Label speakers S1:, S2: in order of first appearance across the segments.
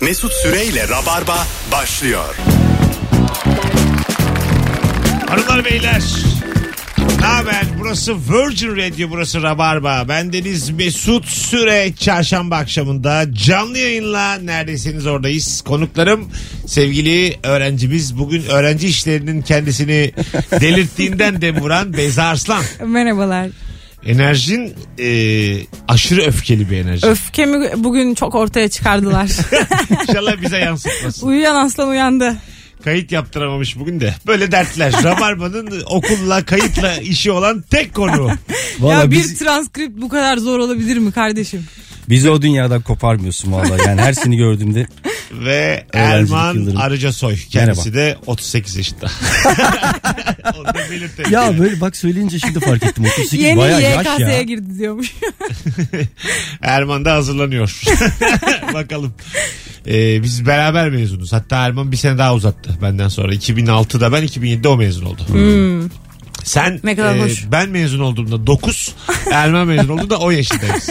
S1: Mesut Süreyle Rabarba başlıyor.
S2: Hanımlar beyler. Ne haber? Burası Virgin Radio, burası Rabarba. Ben Deniz Mesut Süre. Çarşamba akşamında canlı yayınla neredesiniz oradayız. Konuklarım sevgili öğrencimiz. Bugün öğrenci işlerinin kendisini delirttiğinden dem vuran Beyza Arslan.
S3: Merhabalar.
S2: Enerjin e, aşırı öfkeli bir enerji.
S3: Öfkemi bugün çok ortaya çıkardılar.
S2: İnşallah bize yansıtmasın.
S3: Uyuyan aslan uyandı.
S2: Kayıt yaptıramamış bugün de. Böyle dertler. Rabarba'nın okulla kayıtla işi olan tek konu.
S3: ya
S4: Valla
S3: bir
S4: biz,
S3: transkript bu kadar zor olabilir mi kardeşim?
S4: bizi o dünyadan koparmıyorsun valla. Yani her seni gördüğümde
S2: ve
S4: Öğrencilik
S2: Erman
S4: yıllarım.
S2: Arıca Soy. Kendisi de 38 yaşında. Onu da belirtelim.
S4: ya böyle bak söyleyince şimdi fark ettim. 38
S3: Yeni
S4: bayağı yaş
S3: YKS'ye
S4: ya.
S3: girdi diyormuş.
S2: Erman da hazırlanıyor. Bakalım. Ee, biz beraber mezunuz. Hatta Erman bir sene daha uzattı benden sonra. 2006'da ben 2007'de o mezun oldu. Sen
S3: Hmm. Ne kadar
S2: e,
S3: hoş.
S2: ben mezun olduğumda 9, Erman mezun olduğunda o yaşındayız.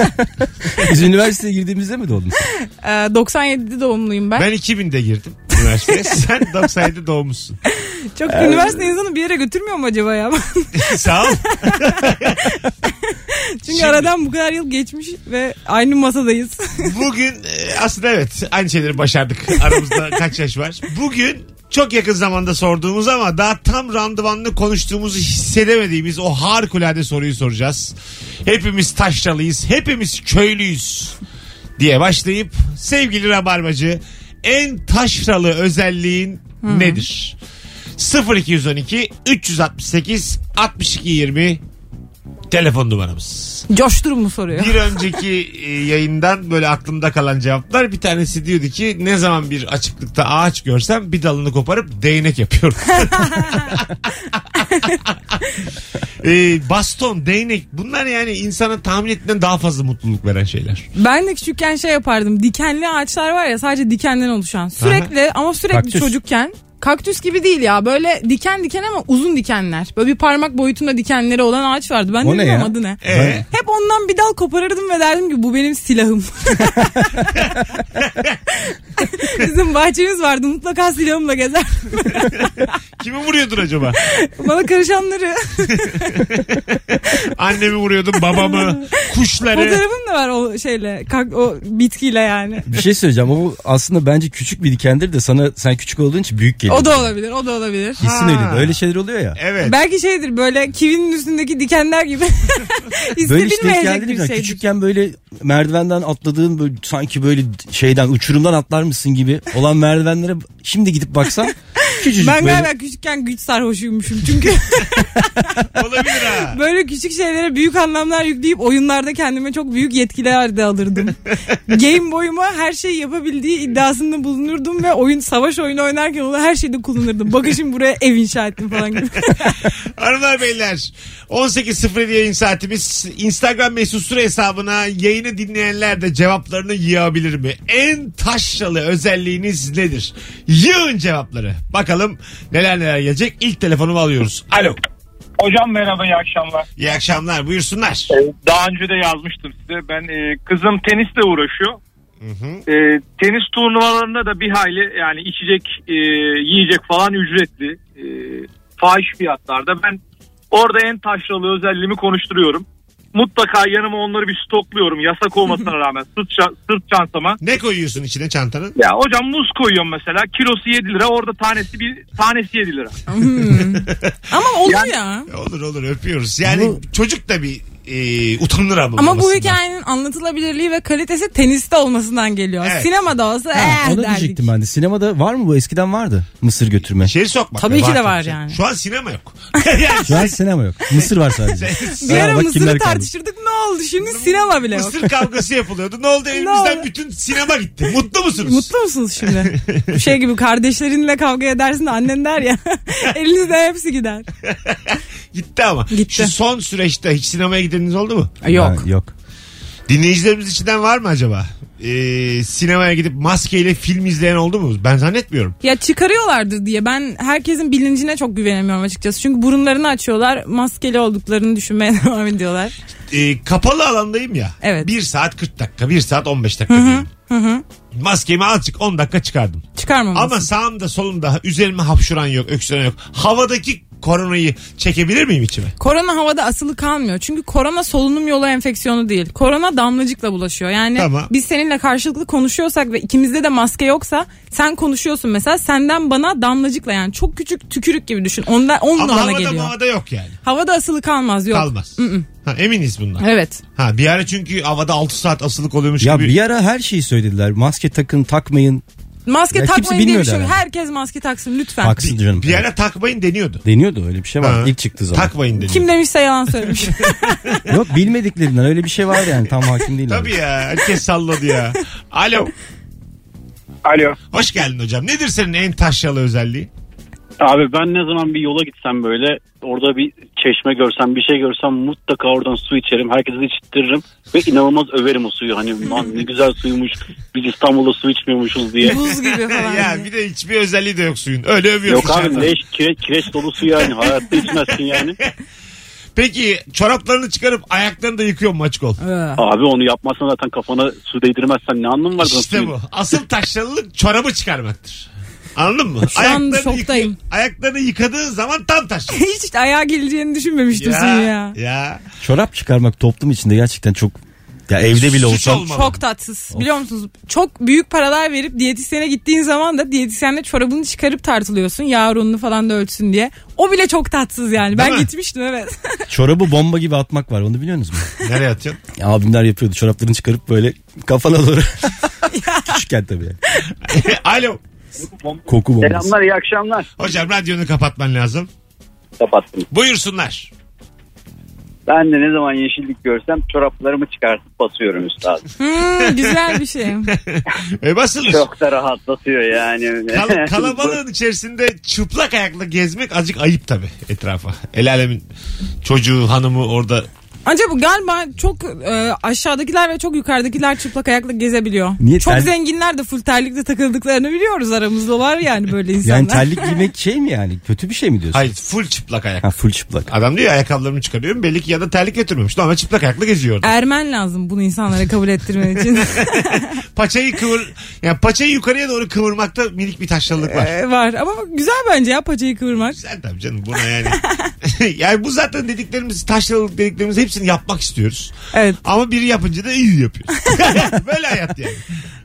S4: Biz üniversiteye girdiğimizde mi doğdun sen?
S3: Ee, 97 doğumluyum ben.
S2: Ben 2000'de girdim üniversiteye. Sen 97 doğmuşsun.
S3: Çok
S4: Ee,
S3: üniversite insanı bir yere götürmüyor mu acaba ya?
S2: Sağ ol.
S3: Çünkü
S2: Şimdi-
S3: aradan bu kadar yıl geçmiş ve aynı masadayız.
S2: Bugün e, aslında evet aynı şeyleri başardık. Aramızda kaç yaş var. Bugün çok yakın zamanda sorduğumuz ama daha tam randıvanlı konuştuğumuzu hissedemediğimiz o harikulade soruyu soracağız. Hepimiz taşralıyız, hepimiz köylüyüz diye başlayıp sevgili Rabarbacı en taşralı özelliğin nedir? 0212 368 62 20 telefon numaramız.
S3: Coştur mu soruyor?
S2: Bir önceki e, yayından böyle aklımda kalan cevaplar bir tanesi diyordu ki ne zaman bir açıklıkta ağaç görsem bir dalını koparıp değnek yapıyorum. E, baston, değnek bunlar yani insana tahmin ettiğinden daha fazla mutluluk veren şeyler.
S3: Ben de küçükken şey yapardım. Dikenli ağaçlar var ya sadece dikenden oluşan. Sürekli ama sürekli
S4: Kaktüs.
S3: çocukken. Kaktüs gibi değil ya böyle diken diken ama uzun dikenler. Böyle bir parmak boyutunda dikenleri olan ağaç vardı. Ben de
S4: O ne
S3: bilmiyorum
S4: ya?
S3: adı ne.
S2: E,
S4: Ben-
S3: Hep ondan bir dal koparırdım ve derdim ki bu benim silahım. Bizim bahçemiz vardı mutlaka silahımla gezer.
S2: kimi vuruyordun acaba?
S3: Bana karışanları
S2: Annemi vuruyordun, babamı, kuşları.
S3: fotoğrafım da var o şeyle kak- o bitkiyle yani.
S4: Bir şey söyleyeceğim. O aslında bence küçük bir dikendir de sana sen küçük olduğun için büyük geliyor.
S3: O da E, olabilir o da olabilir.
S4: Kesin
S2: Ha.
S4: öyle. Öyle şeyler oluyor ya.
S2: Evet.
S3: Belki şeydir böyle kivinin üstündeki dikenler gibi.
S4: Böyle işte
S3: İstedilmeyecek
S4: geldi
S3: bir şeydir.
S4: Küçükken böyle merdivenden atladığın böyle sanki böyle şeyden uçurumdan atlar mısın gibi olan merdivenlere şimdi gidip baksan küçücük
S3: Ben
S4: böyle.
S3: galiba küçükken güç sarhoşuymuşum çünkü
S2: Olabilir ha.
S3: böyle küçük şeylere büyük anlamlar yükleyip oyunlarda kendime çok büyük yetkiler de alırdım. Game boyuma her şeyi yapabildiği iddiasında bulunurdum ve oyun savaş oyunu oynarken onu her şeyde kullanırdım. Bakışım buraya ev inşa ettim falan gibi.
S2: Hanımlar beyler 18.07 yayın saatimiz Instagram mesut süre hesabına yayını dinleyenler de cevaplarını yığabilir mi? En taşralı özelliğiniz nedir? Yığın cevapları. Bakalım neler neler gelecek. İlk telefonumu alıyoruz. Alo.
S5: Hocam merhaba iyi akşamlar.
S2: İyi akşamlar buyursunlar.
S5: Daha önce de yazmıştım size. Ben e, kızım tenisle uğraşıyor. E, tenis turnuvalarında da bir hayli yani içecek, e, yiyecek falan ücretli. E, fahiş fiyatlarda. Ben orada en taşralı özelliğimi konuşturuyorum. Mutlaka yanıma onları bir stokluyorum yasak olmasına rağmen sırt, ça- sırt çantama.
S2: Ne koyuyorsun içine çantanın?
S5: Ya hocam muz koyuyorum mesela kilosu 7 lira orada tanesi bir tanesi 7 lira.
S3: Hmm. Ama olur ya.
S2: Olur olur öpüyoruz. Yani
S4: Bu-
S2: çocuk da bir e, utanır ama.
S3: Ama bu
S2: babasından.
S3: hikayenin anlatılabilirliği ve kalitesi teniste olmasından geliyor.
S2: Evet.
S3: Sinemada olsa
S4: Ha,
S3: eh
S4: onu
S3: derdik.
S4: diyecektim ben de. Sinemada var mı bu? Eskiden vardı. Mısır götürme.
S2: İçeri sokmak.
S3: Tabii
S2: da
S3: ki de var
S2: tabii
S3: yani.
S2: Şu an sinema yok. yani
S4: Şu an sinema yok. Mısır var sadece.
S3: Bir
S4: Ha,
S3: ara
S4: bak kimler
S3: Mısır'ı
S4: kaldı.
S3: tartışırdık ne oldu şimdi sinema bile yok.
S2: Mısır kavgası yapılıyordu. Ne oldu evimizden
S3: oldu?
S2: bütün sinema gitti. Mutlu musunuz?
S3: Mutlu musunuz şimdi? şey gibi kardeşlerinle kavga edersin de annen der ya. Elinizde hepsi gider.
S2: Gitti ama.
S3: Gitti.
S2: Şu son süreçte hiç sinemaya gideniniz oldu mu?
S4: Ha, yok.
S2: Dinleyicilerimiz içinden var mı acaba? Ee, sinemaya gidip maskeyle film izleyen oldu mu? Ben zannetmiyorum.
S3: Ya çıkarıyorlardır diye ben herkesin bilincine çok güvenemiyorum açıkçası. Çünkü burunlarını açıyorlar maskeli olduklarını düşünmeye devam ediyorlar.
S2: Ee, kapalı alandayım ya.
S3: Evet.
S2: 1 saat 40 dakika, 1 saat 15 dakika diyeyim. Maskemi azıcık 10 dakika çıkardım.
S3: Çıkarmaması.
S2: Ama sağımda solumda üzerime hapşuran yok, öksüren yok. Havadaki koronayı çekebilir miyim içime?
S3: Korona havada asılı kalmıyor. Çünkü korona solunum yolu enfeksiyonu değil. Korona damlacıkla bulaşıyor. Yani
S2: Tamam.
S3: biz seninle karşılıklı konuşuyorsak ve ikimizde de maske yoksa sen konuşuyorsun mesela senden bana damlacıkla yani çok küçük tükürük gibi düşün. Onda onunla
S2: Ama
S3: bana
S2: havada
S3: geliyor.
S2: mavada yok yani.
S3: Havada asılı kalmaz yok.
S2: Kalmaz. Ha, eminiz bundan.
S3: Evet.
S2: Ha, bir ara çünkü havada 6 saat asılık oluyormuş
S4: Ya
S2: gibi.
S4: bir ara her şeyi söylediler. Maske takın takmayın.
S3: Maske
S4: Ya kimse
S3: takmayın diye bir
S4: bilmiyordu
S3: şey. yok.
S4: herhalde.
S3: Herkes maske taksın lütfen.
S4: Haksın canım.
S2: Bir ara takmayın deniyordu.
S4: Deniyordu öyle bir şey var.
S2: Ha.
S4: İlk çıktığı zaman.
S2: Takmayın deniyordu.
S3: Kim demişse yalan söylemiş.
S4: Yok bilmediklerinden öyle bir şey var yani tam hakim değilim.
S2: Tabii ya herkes salladı ya. Alo.
S6: Alo.
S2: Hoş geldin hocam. Nedir senin en taşyalı özelliği?
S6: Abi ben ne zaman bir yola gitsem böyle orada bir çeşme görsem bir şey görsem mutlaka oradan su içerim. Herkese de içittiririm ve inanılmaz överim o suyu. Hani "Lan ne güzel suymuş biz İstanbul'da su içmiyormuşuz diye.
S3: Buz gibi falan.
S2: ya bir de hiçbir özelliği de yok suyun. Öyle övüyor
S6: Yok abi
S2: dışarıdan.
S6: leş kireç, kireç dolu su yani hayatta içmezsin yani.
S2: Peki çoraplarını çıkarıp ayaklarını da yıkıyor mu açık ol?
S3: Ee,
S6: Abi onu yapmazsan zaten kafana su değdirmezsen ne anlamı var? bunun
S2: İşte
S6: suyun?
S2: bu. Asıl taşyalılık çorabı çıkarmaktır. Anladın mı?
S3: Şu an şoktayım.
S2: yıkıyor- ayaklarını yıkadığın zaman tam taşyalı.
S3: Hiç işte ayağa geleceğini düşünmemiştim senin ya.
S2: ya.
S4: Çorap çıkarmak toplum içinde gerçekten çok ya evde bile
S2: Suç
S4: olsam
S2: olmalı.
S3: Çok tatsız. Biliyor musunuz? Çok büyük paralar verip diyetisyene gittiğin zaman da diyetisyenle çorabını çıkarıp tartılıyorsun. Yavrununu falan da ölçsün diye. O bile çok tatsız yani. ben
S2: mi?
S3: gitmiştim evet.
S4: çorabı bomba gibi atmak var onu biliyor musunuz?
S2: Nereye atıyorsun?
S4: Ya Abimler yapıyordu çoraplarını çıkarıp böyle kafana doğru. Küçükken tabii. yani.
S2: Alo.
S4: Koku bombası.
S6: Selamlar iyi akşamlar.
S2: Hocam radyonu kapatman lazım.
S6: Kapattım.
S2: Buyursunlar.
S6: Ben de ne zaman yeşillik görsem çoraplarımı çıkartıp basıyorum üstad.
S3: Hmm, güzel bir şey.
S2: E basılır.
S6: Çok da rahatlatıyor yani.
S2: Kal- kalabalığın içerisinde çıplak ayakla gezmek azıcık ayıp tabii etrafa. El alemin çocuğu, hanımı orada.
S3: Acaba galiba çok e, aşağıdakiler ve çok yukarıdakiler çıplak ayakla gezebiliyor.
S4: Niye
S3: çok
S4: tel-
S3: zenginler de full terlikle takıldıklarını biliyoruz aramızda var yani böyle insanlar.
S4: Yani terlik giymek şey mi yani? Kötü bir şey mi diyorsun?
S2: Hayır full çıplak ayak.
S4: Ha full çıplak.
S2: Adam diyor ya, ayakkabılarımı çıkarıyorum. Belli ki ya da terlik götürmemiş. Normal çıplak ayakla geziyor orada.
S3: Ermen lazım bunu insanlara kabul ettirmen için.
S2: Paçayı kıvır... Yani paçayı yukarıya doğru kıvırmakta minik bir taşralılık var.
S3: E, var ama güzel bence ya paçayı kıvırmak.
S2: Güzel tabii canım buna yani. yani bu zaten dediklerimiz, taşralılık dediklerimiz hepsini yapmak istiyoruz.
S3: Evet.
S2: Ama biri yapınca da iyi yapıyoruz. Böyle hayat yani.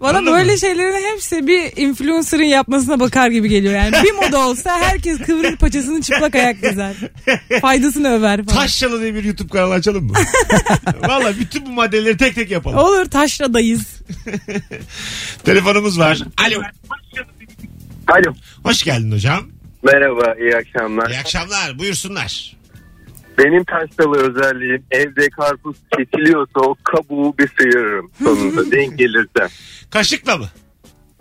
S3: Bana
S2: Anladın
S3: böyle
S2: mı?
S3: şeylerin hepsi bir influencer'ın yapmasına bakar gibi geliyor. Yani bir moda olsa herkes kıvrır paçasını çıplak ayak gezer. Faydasını över falan.
S2: Taşralı diye bir YouTube kanalı açalım mı? Valla bütün bu maddeleri tek tek yapalım.
S3: Olur taşradayız.
S2: Telefonumuz var. Alo.
S7: Alo.
S2: Hoş geldin hocam.
S7: Merhaba, iyi akşamlar.
S2: İyi akşamlar. Buyursunlar.
S7: Benim taşralı özelliğim evde karpuz kesiliyorsa o kabuğu bir sıyırırım sonunda denk gelirse.
S2: Kaşıkla mı?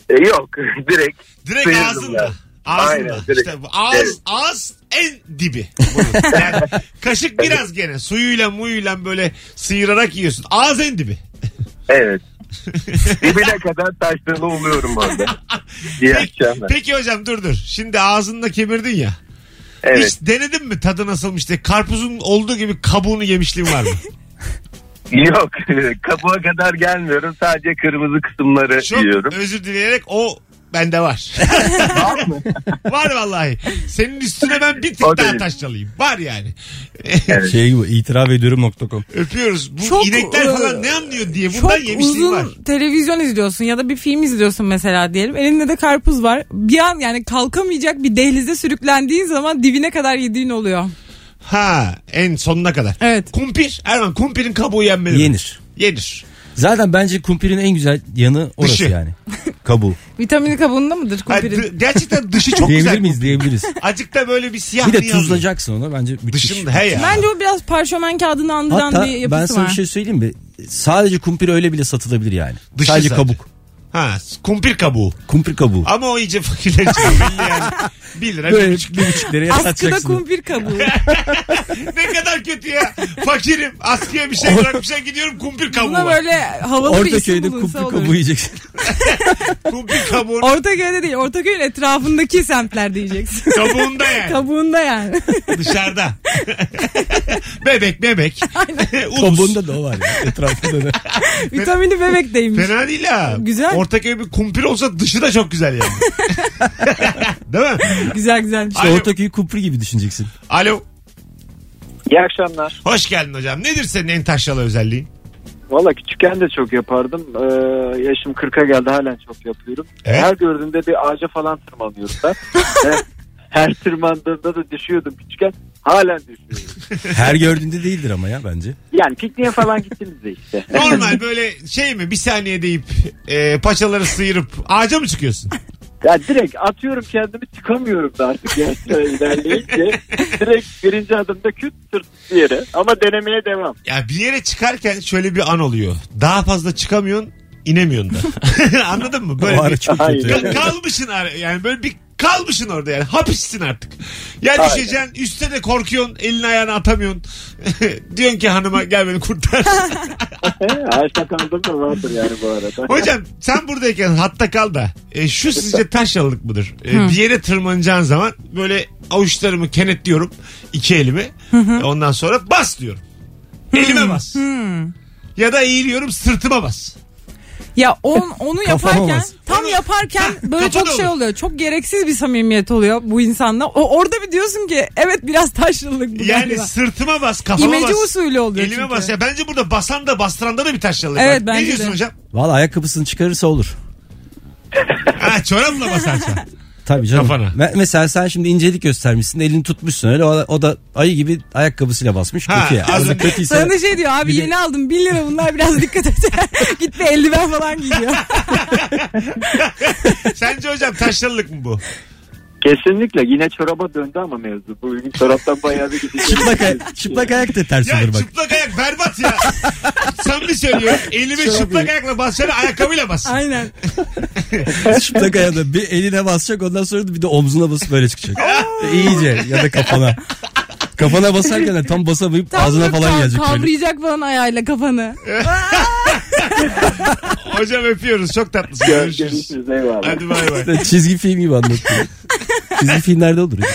S7: E, yok, direkt
S2: Direkt
S7: Sıyırdım
S2: ağzında.
S7: ben.
S2: Ağzında.
S7: Aynen, direkt.
S2: İşte bu ağız,
S7: Evet.
S2: ağız en dibi. Bunun. Yani kaşık biraz gene suyuyla muyuyla böyle sıyırarak yiyorsun. Ağız en dibi.
S7: evet. Dibine kadar taşralı oluyorum orada. İyi
S2: Peki,
S7: akşamlar.
S2: peki hocam dur dur. Şimdi ağzında kemirdin ya.
S7: Evet.
S2: Hiç denedin mi tadı nasılmış diye. Karpuzun olduğu gibi kabuğunu yemişliğin var mı?
S7: Yok, kabuğa kadar gelmiyorum. Sadece kırmızı kısımları
S2: Çok
S7: yiyorum.
S2: özür dileyerek o bende var. var vallahi. Senin üstüne ben bir tık
S7: O
S2: daha
S7: değil.
S2: taşçalıyım. Var yani.
S4: Şey gibi itiraf ediyorum nokta.com.
S2: Öpüyoruz. Bu
S3: Çok,
S2: inekler
S3: e,
S2: falan ne anlıyor diye.
S3: Çok
S2: Bundan yemişliğim
S3: uzun
S2: var.
S3: televizyon izliyorsun ya da bir film izliyorsun mesela diyelim. Elinde de karpuz var. Bir an yani kalkamayacak bir dehlize sürüklendiğin zaman dibine kadar yediğin oluyor.
S2: Ha en sonuna kadar.
S3: Evet.
S2: Kumpir. Erman kumpirin kabuğu yenmeli. mi?
S4: Yenir.
S2: Yenir.
S4: Zaten bence kumpirin en güzel yanı orası
S2: Dışı.
S4: yani. Kabuğu.
S3: Vitamini kabuğunda mıdır
S2: Ha,
S3: kumpirin?
S2: dı- gerçekten dışı çok
S4: diyebilir
S2: güzel.
S4: miyiz? Diyebiliriz.
S2: Acık da böyle bir siyah
S4: bir de şey.
S2: niyazlı.
S4: tuzlayacaksın ona bence müthiş.
S2: Dışın he ya.
S3: Bence o biraz parşömen kağıdını andıran
S4: Hatta
S3: bir
S4: ben
S3: yapısı
S4: sana
S3: var.
S4: bir şey söyleyeyim mi? Sadece kumpir öyle bile satılabilir yani.
S2: Dışı
S4: sadece
S2: sadece.
S4: kabuk.
S2: Ha kumpir kabuğu.
S4: Kumpir kabuğu.
S2: Ama o iyice fakirler için belli yani. 1 lira bir
S4: Böyle
S2: buçuk.
S4: bir buçuk liraya
S3: Askıda
S4: satacaksın.
S3: kumpir kabuğu.
S2: Ne kadar kötü ya. Fakirim. Askıya bir şey bırakmışlar gidiyorum kumpir kabuğu
S3: Buna
S2: var.
S3: böyle havalı bir
S4: Orta
S3: isim
S4: köyde
S3: bulunsa
S4: kumpir
S3: olur.
S4: kabuğu yiyeceksin.
S2: Bu bir kabuğun,
S3: Ortaköy'de değil. Ortaköy'ün etrafındaki semtler diyeceksin.
S2: kabuğunda yani.
S3: Kabuğunda yani.
S2: Dışarıda. bebek bebek. Ulus.
S4: Kabuğunda da o var ya. Etrafında da.
S3: Vitamini bebekteymiş.
S2: Fena değil ha.
S3: Güzel.
S2: Ortaköy bir kumpir olsa dışı da çok güzel yani. değil mi?
S3: Güzel güzel.
S4: İşte
S2: Alo.
S4: Ortaköy'ü kupri gibi düşüneceksin.
S2: Alo.
S8: İyi akşamlar.
S2: Hoş geldin hocam. Nedir senin en taşralı özelliğin?
S8: Valla küçükken de çok yapardım. Ee, yaşım 40'a geldi halen çok yapıyorum.
S2: Evet.
S8: Her gördüğümde bir ağaca falan tırmanıyorum ben. Her- Her tırmandığımda da düşüyordum küçükken. Halen düşüyorum.
S4: Her gördüğünde değildir ama ya bence.
S8: Yani pikniğe falan gittiniz de işte.
S2: Normal böyle şey mi bir saniye deyip e, paçaları sıyırıp ağaca mı çıkıyorsun?
S8: Ya direkt atıyorum kendimi çıkamıyorum da artık yaşta ilerleyince. Direkt birinci adımda küt sırt bir yere. Ama denemeye devam.
S2: Ya bir yere çıkarken şöyle bir an oluyor. Daha fazla çıkamıyorsun inemiyorsun da. Anladın mı?
S4: o
S2: Böyle
S4: ara
S2: bir,
S4: çok
S8: Hayır.
S4: kötü.
S2: Ka- kalmışsın ara- yani böyle bir kalmışsın orada yani hapissin artık. Ya
S8: Aynen.
S2: düşeceksin üstte de korkuyorsun elini ayağını atamıyorsun. Diyorsun ki hanıma gel beni kurtar.
S8: Her şakanda da vardır yani bu arada.
S2: Hocam sen buradayken hatta kal da e, şu sizce taşralık mıdır? E,
S3: Hı.
S2: bir yere tırmanacağın zaman böyle avuçlarımı kenetliyorum iki elimi. E, Ondan sonra bas diyorum. Elime bas. Ya da eğiliyorum sırtıma bas.
S3: Ya on, onu
S4: Kafam
S3: yaparken
S4: olmaz.
S3: tam
S2: Onu-
S3: yaparken
S2: Hah,
S3: böyle
S2: kafada
S3: çok şey
S2: olur.
S3: oluyor. Çok gereksiz bir samimiyet oluyor bu insanla. O orada bir diyorsun ki evet biraz taşlılık bu
S2: Yani
S3: galiba.
S2: sırtıma bas kafama
S3: İmece
S2: bas.
S3: usulü oluyor
S2: Elime
S3: çünkü.
S2: bas ya bence burada basan da bastıran da bir taşralık
S3: Evet,
S2: var. Ne
S3: bence
S2: diyorsun
S3: de.
S2: hocam?
S4: Valla ayakkabısını çıkarırsa olur.
S2: Ha, çorapla basarsan.
S4: Tabii canım.
S2: Kafana.
S4: Me- Mesela sen şimdi incelik göstermişsin. Elini tutmuşsun öyle. O, o da ayı gibi ayakkabısıyla basmış.
S2: Ha,
S4: Kötü ya.
S2: az
S4: Az
S2: önce-
S4: kötüyse.
S3: Sana da şey diyor abi
S4: Bir de-
S3: yeni aldım 1 lira bunlar biraz dikkat et. Git bir eldiven falan giyiyor.
S2: Sence hocam taşralılık mı bu?
S8: Kesinlikle yine çoraba döndü ama mevzu. Bu ürün çoraptan bayağı bir gidecek.
S4: Çıplak, ay- çıplak ayak da ters
S2: Ya
S4: olur bak.
S2: çıplak ayak berbat ya. Sen mi söylüyorsun? Elimi çıplak ayakla basacağını ayakkabıyla bas.
S3: Aynen.
S4: çıplak ayağı da bir eline basacak ondan sonra da bir de omzuna basıp böyle çıkacak. İyice ya da kafana. Kafana basarken de tam basamayıp
S3: Tam
S4: ağzına
S3: böyle
S4: falan
S3: kav-
S4: gelecek. böyle.
S3: Kavrayacak falan ayağıyla kafanı.
S2: Hocam öpüyoruz. Çok tatlısın. Görüşürüz.
S8: Görüşürüz eyvallah.
S2: Hadi bay bay.
S4: İşte E, Çizgi film gibi anlatıyor. Çizgi filmlerde olur. ya.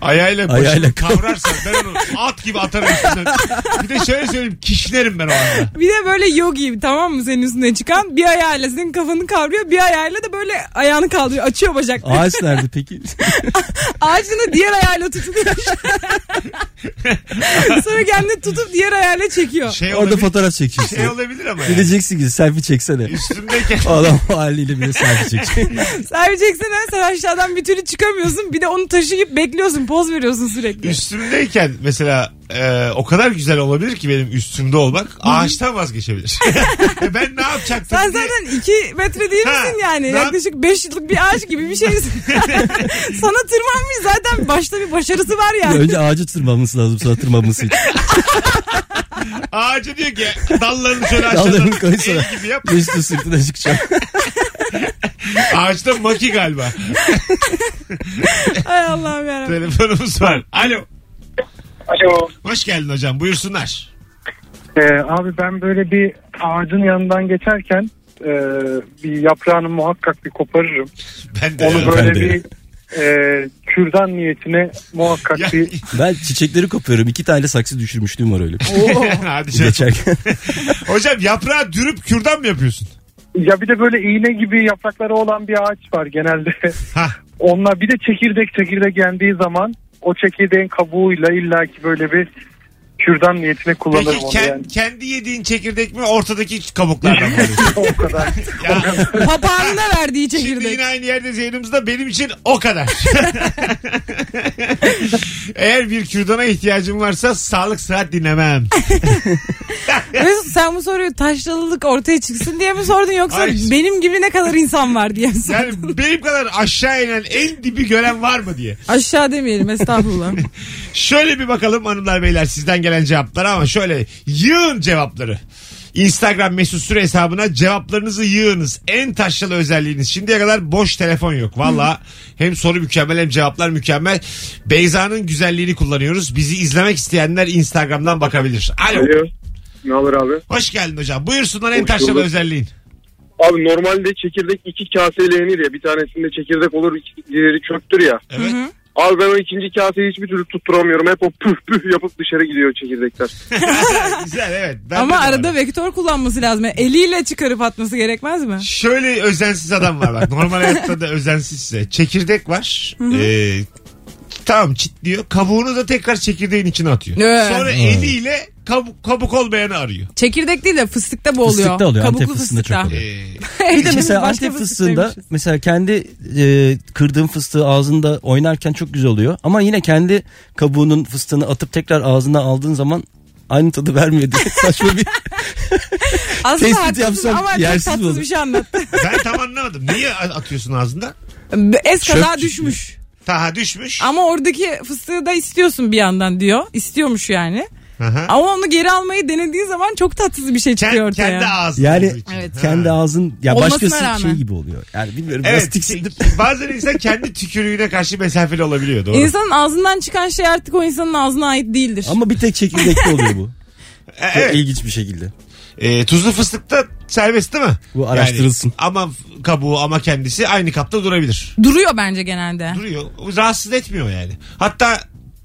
S2: Ayağıyla başını
S4: Ayağıyla.
S2: kavrarsan ben onu at gibi atarım üstünden. Bir de şöyle söyleyeyim kişnerim ben o anda.
S3: Bir de böyle yogi tamam mı senin üstüne çıkan bir ayağıyla senin kafanı kavruyor bir ayağıyla da böyle ayağını kaldırıyor açıyor bacakları.
S4: Ağaç nerede peki?
S3: Ağacını diğer ayağıyla tutuyor. Sonra kendini tutup diğer ayağıyla çekiyor.
S2: Şey
S4: Orada
S2: olabilir,
S4: fotoğraf çekiyorsun.
S2: şey olabilir ama yani.
S4: Gideceksin ki selfie çeksene.
S2: Üstümdeyken
S4: O adam o haliyle bile selfie çekecek.
S3: Serpeceksin ha sen aşağıdan bir türlü çıkamıyorsun. Bir de onu taşıyıp bekliyorsun poz veriyorsun sürekli.
S2: Üstümdeyken mesela e, o kadar güzel olabilir ki benim üstümde olmak ağaçtan vazgeçebilir. E ben ne yapacaktım
S3: Sen
S2: diye-
S3: zaten 2 metre değil
S2: Ha,
S3: misin yani?
S2: ben-
S3: Yaklaşık 5 yıllık bir ağaç gibi bir şeysin. Sana tırmanmış zaten başta bir başarısı var yani.
S4: Önce ağacı tırmanması lazım sana tırmanması için.
S2: ağacı diyor ki dallarını şöyle aşağıdan
S4: Dallarını koysana.
S2: el gibi yap.
S4: Üstü sırtına çıkacak.
S2: Ağaçta maki galiba.
S3: Ay Allah'ım yarabbim.
S2: Telefonumuz var. Alo.
S9: Alo.
S2: Hoş geldin hocam. Buyursunlar.
S9: Ee, abi ben böyle bir ağacın yanından geçerken e, bir yaprağını muhakkak bir koparırım.
S2: Ben de.
S9: Onu
S2: ya.
S9: böyle
S4: ben de.
S9: bir e, kürdan niyetine muhakkak
S2: Ya-
S9: bir...
S4: Ben çiçekleri kopuyorum. İki tane saksı düşürmüşlüğüm var öyle.
S2: Hadi canım.
S4: Geçerken.
S2: Hocam yaprağı dürüp kürdan mı yapıyorsun?
S9: Ya bir de böyle iğne gibi yaprakları olan bir ağaç var genelde.
S2: Ha.
S9: Onlar bir de çekirdek çekirdek yendiği zaman o çekirdeğin kabuğuyla illaki böyle bir kürdan niyetine kullanırım
S2: Peki
S9: onu
S2: ken-
S9: yani.
S2: kendi yediğin çekirdek mi ortadaki kabuklardan mı? alıyorsun?
S9: O kadar.
S2: ya,
S3: Papağanın da verdiği
S2: şimdi
S3: çekirdek.
S2: yine aynı yerde yayınımızda benim için o kadar. Eğer bir kürdana ihtiyacım varsa sağlık sıhhat dinlemem.
S3: Mesut sen bu soruyu taşralılık ortaya çıksın diye mi sordun yoksa
S2: Ay.
S3: benim gibi ne kadar insan var diye mi sordun?
S2: Yani benim kadar aşağı inen en dibi gören var mı diye.
S3: Aşağı demeyelim estağfurullah.
S2: Şöyle bir bakalım hanımlar beyler sizden gelen cevaplara ama şöyle yığın cevapları. Instagram mesut süre hesabına cevaplarınızı yığınız. En taşralı özelliğiniz. Şimdiye kadar boş telefon yok. Valla hem soru mükemmel hem cevaplar mükemmel. Beyza'nın güzelliğini kullanıyoruz. Bizi izlemek isteyenler Instagram'dan bakabilir. Alo.
S7: Ne haber abi?
S2: Hoş geldin hocam. Buyursunlar en taşralı
S7: bulduk.
S2: özelliğin.
S7: Abi normalde çekirdek iki kaseyle yenir ya. Bir tanesinde çekirdek olur, iki- diğeri çöktür ya.
S2: Evet.
S7: Abi ben o ikinci kaseyi hiçbir türlü tutturamıyorum. Hep o püf püf yapıp dışarı gidiyor çekirdekler.
S2: Güzel evet. Ben
S3: Ama
S2: de var.
S3: arada vektör kullanması lazım. Yani Eliyle çıkarıp atması gerekmez mi?
S2: Şöyle özensiz adam var bak. Normal hayatta da özensizse. Çekirdek var. Ee, tamam çitliyor. Kabuğunu da tekrar çekirdeğin içine atıyor.
S3: Evet.
S2: Sonra eliyle kabuk, kabuk olmayanı arıyor.
S3: Çekirdek değil de fıstıkta bu oluyor.
S4: Fıstıkta oluyor,
S3: Kabuklu
S4: Antep fıstığında çok oluyor.
S2: Ee,
S4: Bir de mesela
S3: Başka
S4: Antep
S3: fıstık
S4: fıstığında
S3: demişiz.
S4: mesela kendi e, kırdığın fıstığı ağzında oynarken çok güzel oluyor. Ama yine kendi kabuğunun fıstığını atıp tekrar ağzına aldığın zaman aynı tadı vermiyor diye saçma bir
S3: Aslında
S4: Tespit
S3: haklısın
S4: yapsam
S3: ama çok
S4: yersiz
S3: tatsız
S4: olur.
S3: bir şey anlattı.
S2: ben tam anlamadım. Niye a- atıyorsun ağzından?
S3: Es kaza
S4: çıkıyor.
S3: düşmüş.
S2: Taha düşmüş.
S3: Ama oradaki fıstığı da istiyorsun bir yandan diyor. İstiyormuş yani.
S2: Aha.
S3: Ama onu geri almayı denediği zaman çok tatsız bir şey
S2: Kend-
S3: çıkıyor ortaya.
S2: kendi ağzı.
S4: Yani-
S3: Evet.
S4: kendi ağzın ya
S3: Olmasına
S4: başkası
S3: rağmen.
S4: şey gibi oluyor. Yani bilmiyorum biraz
S2: Evet, şey-
S4: tiksindim.
S2: bazen insan kendi tükürüğüne karşı mesafeli olabiliyor doğru.
S3: İnsanın ağzından çıkan şey artık o insanın ağzına ait değildir.
S4: Ama bir tek çekirdekli oluyor bu.
S2: E,
S4: Çok
S2: evet.
S4: ilginç bir şekilde.
S2: E, tuzlu fıstıkta serbest değil mi?
S4: Bu araştırılsın.
S2: Yani ama f- kabuğu ama kendisi aynı kapta durabilir.
S3: Duruyor bence genelde.
S2: Duruyor. O Rahatsız etmiyor yani. Hatta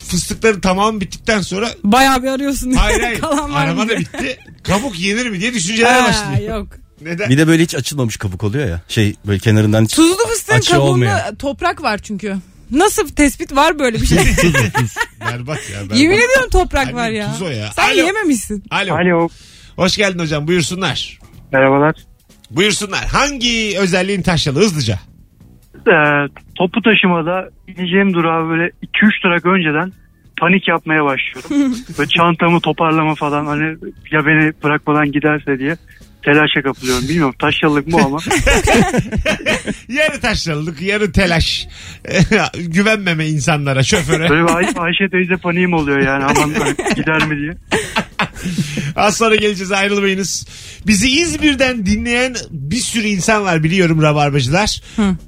S2: fıstıkların tamamı bittikten sonra
S3: Bayağı bir arıyorsun.
S2: hayır hayır
S3: Kalan var
S2: arama da
S3: mı diye.
S2: bitti. Kabuk yenir mi diye düşünceler
S3: Ha,
S2: başlıyor.
S3: Yok.
S2: Neden?
S4: Bir de böyle hiç açılmamış kabuk oluyor ya. Şey böyle kenarından hiç
S3: Tuzlu fıstığın
S4: açığı
S3: kabuğunda
S4: olmayan.
S3: toprak var çünkü. Nasıl tespit var böyle bir şey?
S2: Berbat ya. Berbat.
S3: Yemin ediyorum toprak
S2: Annem
S3: var ya.
S2: tuz o ya.
S3: Sen
S2: Alo.
S3: yememişsin.
S2: Alo.
S9: Alo.
S2: Hoş geldin hocam buyursunlar.
S9: Merhabalar.
S2: Buyursunlar. Hangi özelliğin taşyalı hızlıca?
S9: Ee, topu taşımada ineceğim durağa böyle 2-3 durak önceden panik yapmaya başlıyorum. böyle çantamı toparlama falan hani ya beni bırakmadan giderse diye telaşa kapılıyorum. Bilmiyorum taşyalık bu ama.
S2: Yarı taşralılık, yarı telaş. Güvenmeme insanlara, şoföre.
S9: Böyle bir Ay- Ayşe teyze paniğim oluyor yani aman hani gider mi diye.
S2: Az sonra geleceğiz ayrılmayınız. Bizi İzmir'den dinleyen bir sürü insan var biliyorum Rabarbacılar.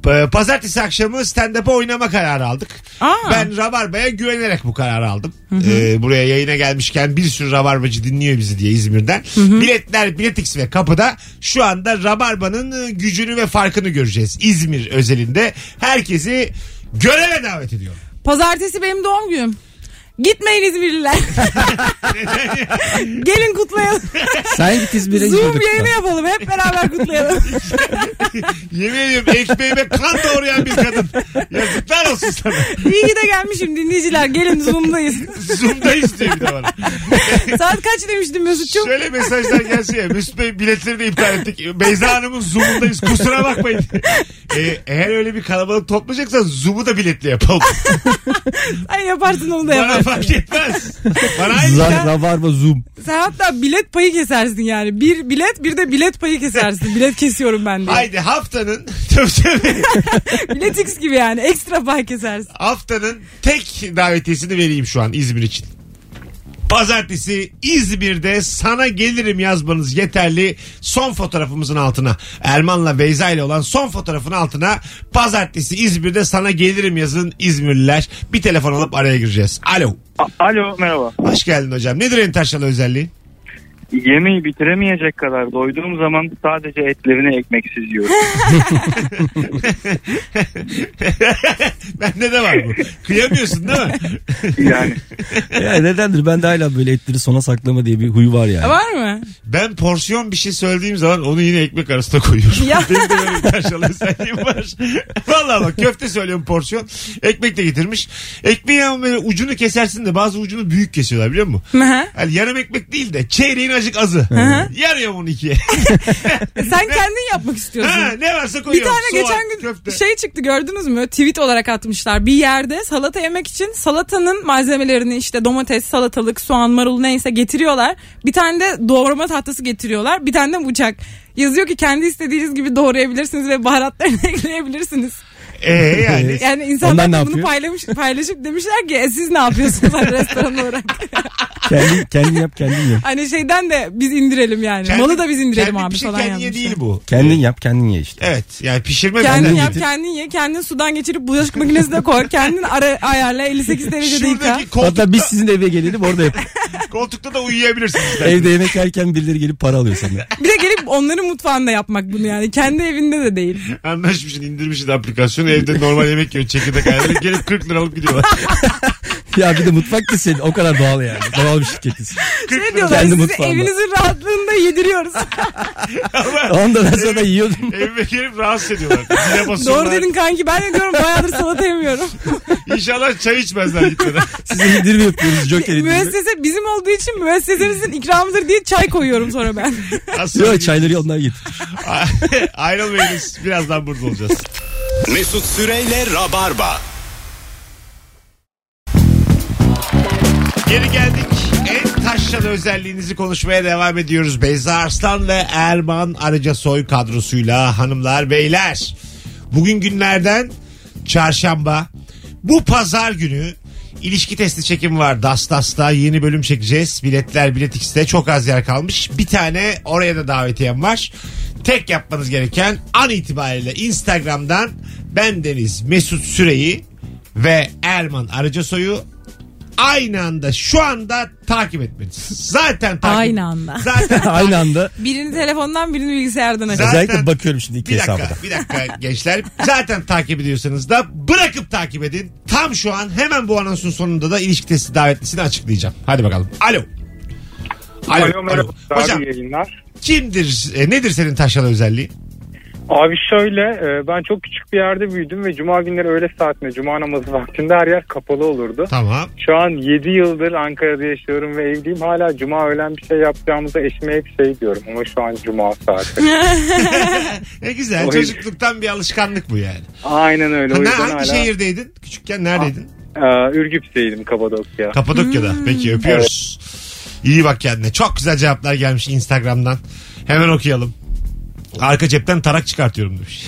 S2: P- Pazartesi akşamı stand-up'a oynama kararı aldık.
S3: Aa.
S2: Ben Rabarba'ya güvenerek bu kararı aldım. Ee, buraya yayına gelmişken bir sürü Rabarbacı dinliyor bizi diye İzmir'den. Biletler, biletix ve kapıda şu anda Rabarba'nın e, gücünü ve farkını göreceğiz. İzmir özelinde herkesi göreve davet ediyorum.
S3: Pazartesi benim doğum günüm. Gitmeyin İzmirliler. Gelin kutlayalım.
S4: sen git İzmir'e
S3: Zoom
S4: gidiyorduk
S3: yayını
S4: da.
S3: yapalım. Hep beraber kutlayalım.
S2: Yemin ediyorum ekmeğime kan doğrayan bir kadın. Yazıklar olsun sana.
S3: İyi ki de gelmişim dinleyiciler. Gelin Zoom'dayız.
S2: Zoom'da istiyor bir de bana.
S3: Saat kaç demiştim Mesut'cum?
S2: Şöyle mesajlar gelse ya. Mesut Bey biletleri de iptal ettik. Beyza Hanım'ın Zoom'undayız. Kusura bakmayın. Ee, eğer öyle bir kalabalık toplayacaksan Zoom'u da biletli yapalım.
S3: Ay yaparsın onu da
S2: bana
S3: yaparsın.
S2: fark etmez. Bana aynı. şey-
S4: Zar, rabarba zoom.
S3: Sen hatta bilet payı kesersin yani. Bir bilet bir de bilet payı kesersin. Bilet kesiyorum ben diye.
S2: Haydi haftanın tabii tabii,
S3: Bilet X gibi yani. Ekstra pay kesersin.
S2: haftanın tek davetiyesini vereyim şu an İzmir için. Pazartesi İzmir'de sana gelirim yazmanız yeterli. Son fotoğrafımızın altına Erman'la Beyza ile olan son fotoğrafın altına Pazartesi İzmir'de sana gelirim yazın İzmirliler. Bir telefon alıp araya gireceğiz. Alo.
S8: Alo merhaba.
S2: Hoş geldin hocam. Nedir en taşralı özelliği?
S8: Yemeği bitiremeyecek kadar doyduğum zaman sadece etlerini ekmeksiz yiyorum.
S2: Bende de var bu. Kıyamıyorsun değil mi?
S8: Yani
S4: Ya nedendir ben de hala böyle etleri sona saklama diye bir huyu var yani.
S3: Var mı?
S2: Ben porsiyon bir şey söylediğim zaman onu yine ekmek arasına koyuyorum.
S3: Ya.
S2: Benim de böyle bir taşralı özelliğim var. Valla bak köfte söylüyorum porsiyon. Ekmek de getirmiş. Ekmeği ama böyle ucunu kesersin de bazı ucunu büyük kesiyorlar biliyor musun?
S3: Hı hı.
S2: Yani yarım ekmek değil de çeyreğin acık azı. Yarıyorum onu ikiye.
S3: Sen kendin yapmak istiyorsun.
S2: ha, ne varsa
S3: Bir
S2: koyuyorum.
S3: tane
S2: Soğan,
S3: geçen gün
S2: köfte.
S3: şey çıktı gördünüz mü? Tweet olarak atmışlar. Bir yerde salata yemek için salatanın malzemelerini işte domates, salatalık, soğan, marul neyse getiriyorlar. Bir tane de doğrama tahtası getiriyorlar. Bir tane de bıçak. Yazıyor ki kendi istediğiniz gibi doğrayabilirsiniz ve baharatlarını ekleyebilirsiniz.
S2: Ee, yani.
S3: Yani
S4: Onlar
S3: insanlar
S4: ne
S3: da bunu
S4: yapıyor?
S3: paylamış, paylaşıp demişler ki "E, siz ne yapıyorsunuz hani restoran olarak?
S4: Kendin, kendin yap kendin yap.
S3: hani şeyden de biz indirelim yani.
S2: Kendi-
S3: Malı da biz indirelim
S2: kendi
S3: abi
S2: pişir,
S3: falan
S2: Kendin ye
S3: yazmışlar.
S2: değil bu.
S4: Kendin yap kendin ye işte.
S2: Evet yani pişirme
S3: Kendin
S2: benden
S3: yap,
S2: getir.
S3: kendin ye, kendin sudan geçirip bulaşık makinesine koy, kendin ara, ayarla 58 derecede yıka.
S2: Şuradaki koltukta
S4: Hatta biz sizin eve gelelim orada yap.
S2: Koltukta da uyuyabilirsiniz.
S4: Evde yemek yerken birileri gelip para alıyor senden.
S3: Bir de gelip onların mutfağında yapmak bunu yani. Kendi evinde de değil.
S2: Anlaşmışsın indirmişsin aplikasyonu evde normal yemek yiyor çekirdek ayarlayıp gelip 40 lira alıp gidiyorlar.
S4: Ya bir de mutfak da senin o kadar doğal yani. Doğal bir şirketiz.
S3: Şey diyorlar
S4: Kendi
S3: sizi
S4: mutfağında.
S3: evinizin rahatlığında yediriyoruz.
S4: Ondan sonra yiyordum.
S2: Evime gelip rahatsız ediyorlar. Zile basıyorlar.
S3: Doğru dedin kanki ben de diyorum bayağıdır salata yemiyorum.
S2: İnşallah çay içmezler gitmeden.
S4: Size indirim yapıyoruz Joker indirimi.
S3: Müessese bizim olduğu için müessesenizin ikramıdır diye çay koyuyorum sonra ben.
S2: Aslında
S4: Yok çayları onlar git.
S2: ayrılmayınız. Birazdan burada olacağız.
S1: Mesut Süreyle Rabarba.
S2: Geri geldik. En taşralı özelliğinizi konuşmaya devam ediyoruz. Beyza Arslan ve Erman Arıca Soy kadrosuyla hanımlar beyler. Bugün günlerden çarşamba. Bu pazar günü ilişki testi çekim var. Das Das'ta yeni bölüm çekeceğiz. Biletler Bilet X'te çok az yer kalmış. Bir tane oraya da davetiyem var. Tek yapmanız gereken an itibariyle Instagram'dan bendeniz Mesut Süreyi ve Erman Arıca Soy'u aynı anda şu anda takip etmeniz. Zaten takip
S3: Aynı anda.
S2: Zaten
S4: Aynı anda
S3: Birini telefondan birini bilgisayardan aç.
S2: Zaten-
S4: özellikle bakıyorum şimdi iki
S2: bir dakika,
S4: hesabı da.
S2: bir dakika gençler. Zaten takip ediyorsanız da bırakıp takip edin. Tam şu an hemen bu anonsun sonunda da ilişki testi davetlisini açıklayacağım. Hadi bakalım. Alo. Alo, alo.
S5: Abi
S2: Hocam
S5: yayınlar.
S2: kimdir, e, nedir senin taşralı özelliği?
S5: Abi şöyle e, ben çok küçük bir yerde büyüdüm ve cuma günleri öğle saatinde cuma namazı vaktinde her yer kapalı olurdu.
S2: Tamam.
S5: Şu an 7 yıldır Ankara'da yaşıyorum ve evliyim. Hala cuma öğlen bir şey yapacağımıza eşime hep şey diyorum ama şu an cuma saati.
S2: Ne E, güzel.
S5: Oy.
S2: Çocukluktan bir alışkanlık bu yani.
S5: Aynen öyle.
S2: Ha,
S5: O
S2: ne,
S5: yüzden
S2: hangi şey?
S5: hala
S2: şehirdeydin? Küçükken neredeydin?
S5: e, Ürgüp'teydim Kapadokya.
S2: Kapadokya'da. Peki öpüyoruz. İyi bak kendine. Çok güzel cevaplar gelmiş Instagram'dan. Hemen okuyalım. Arka cepten tarak çıkartıyorum demiş.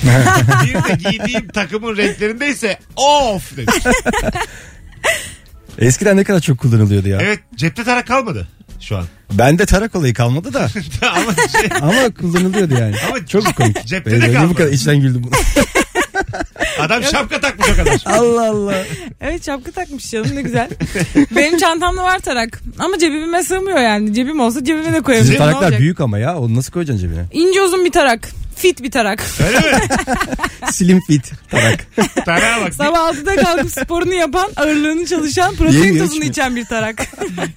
S2: bir de giydiğim takımın renklerindeyse of demiş.
S4: Eskiden ne kadar çok kullanılıyordu ya.
S2: Evet cepte tarak kalmadı şu an.
S4: Bende tarak olayı kalmadı da
S2: ama şey,
S4: ama kullanılıyordu yani.
S2: Ama
S4: çok komik.
S2: cepte
S4: Ben
S2: de
S4: niye bu
S2: kalmadı.
S4: kadar içten güldüm.
S2: adam şapka takmış o kadar.
S4: Allah Allah.
S3: Evet şapka takmış canım ne güzel. Benim çantamda var tarak. Ama cebime sığmıyor yani. Cebim olsa cebime de koyabilirim.
S4: Sizin
S3: Ne
S4: taraklar
S3: olacak?
S4: büyük ama ya. Onu nasıl koyacaksın cebine?
S3: İnce uzun bir tarak. Fit bir tarak.
S2: Öyle mi?
S4: Slim fit tarak.
S2: Tarağa bak.
S3: Sabah 6'da kalkıp sporunu yapan, ağırlığını çalışan, protein
S4: Yemiyor,
S3: tozunu
S4: içmiyor.
S3: içen bir tarak.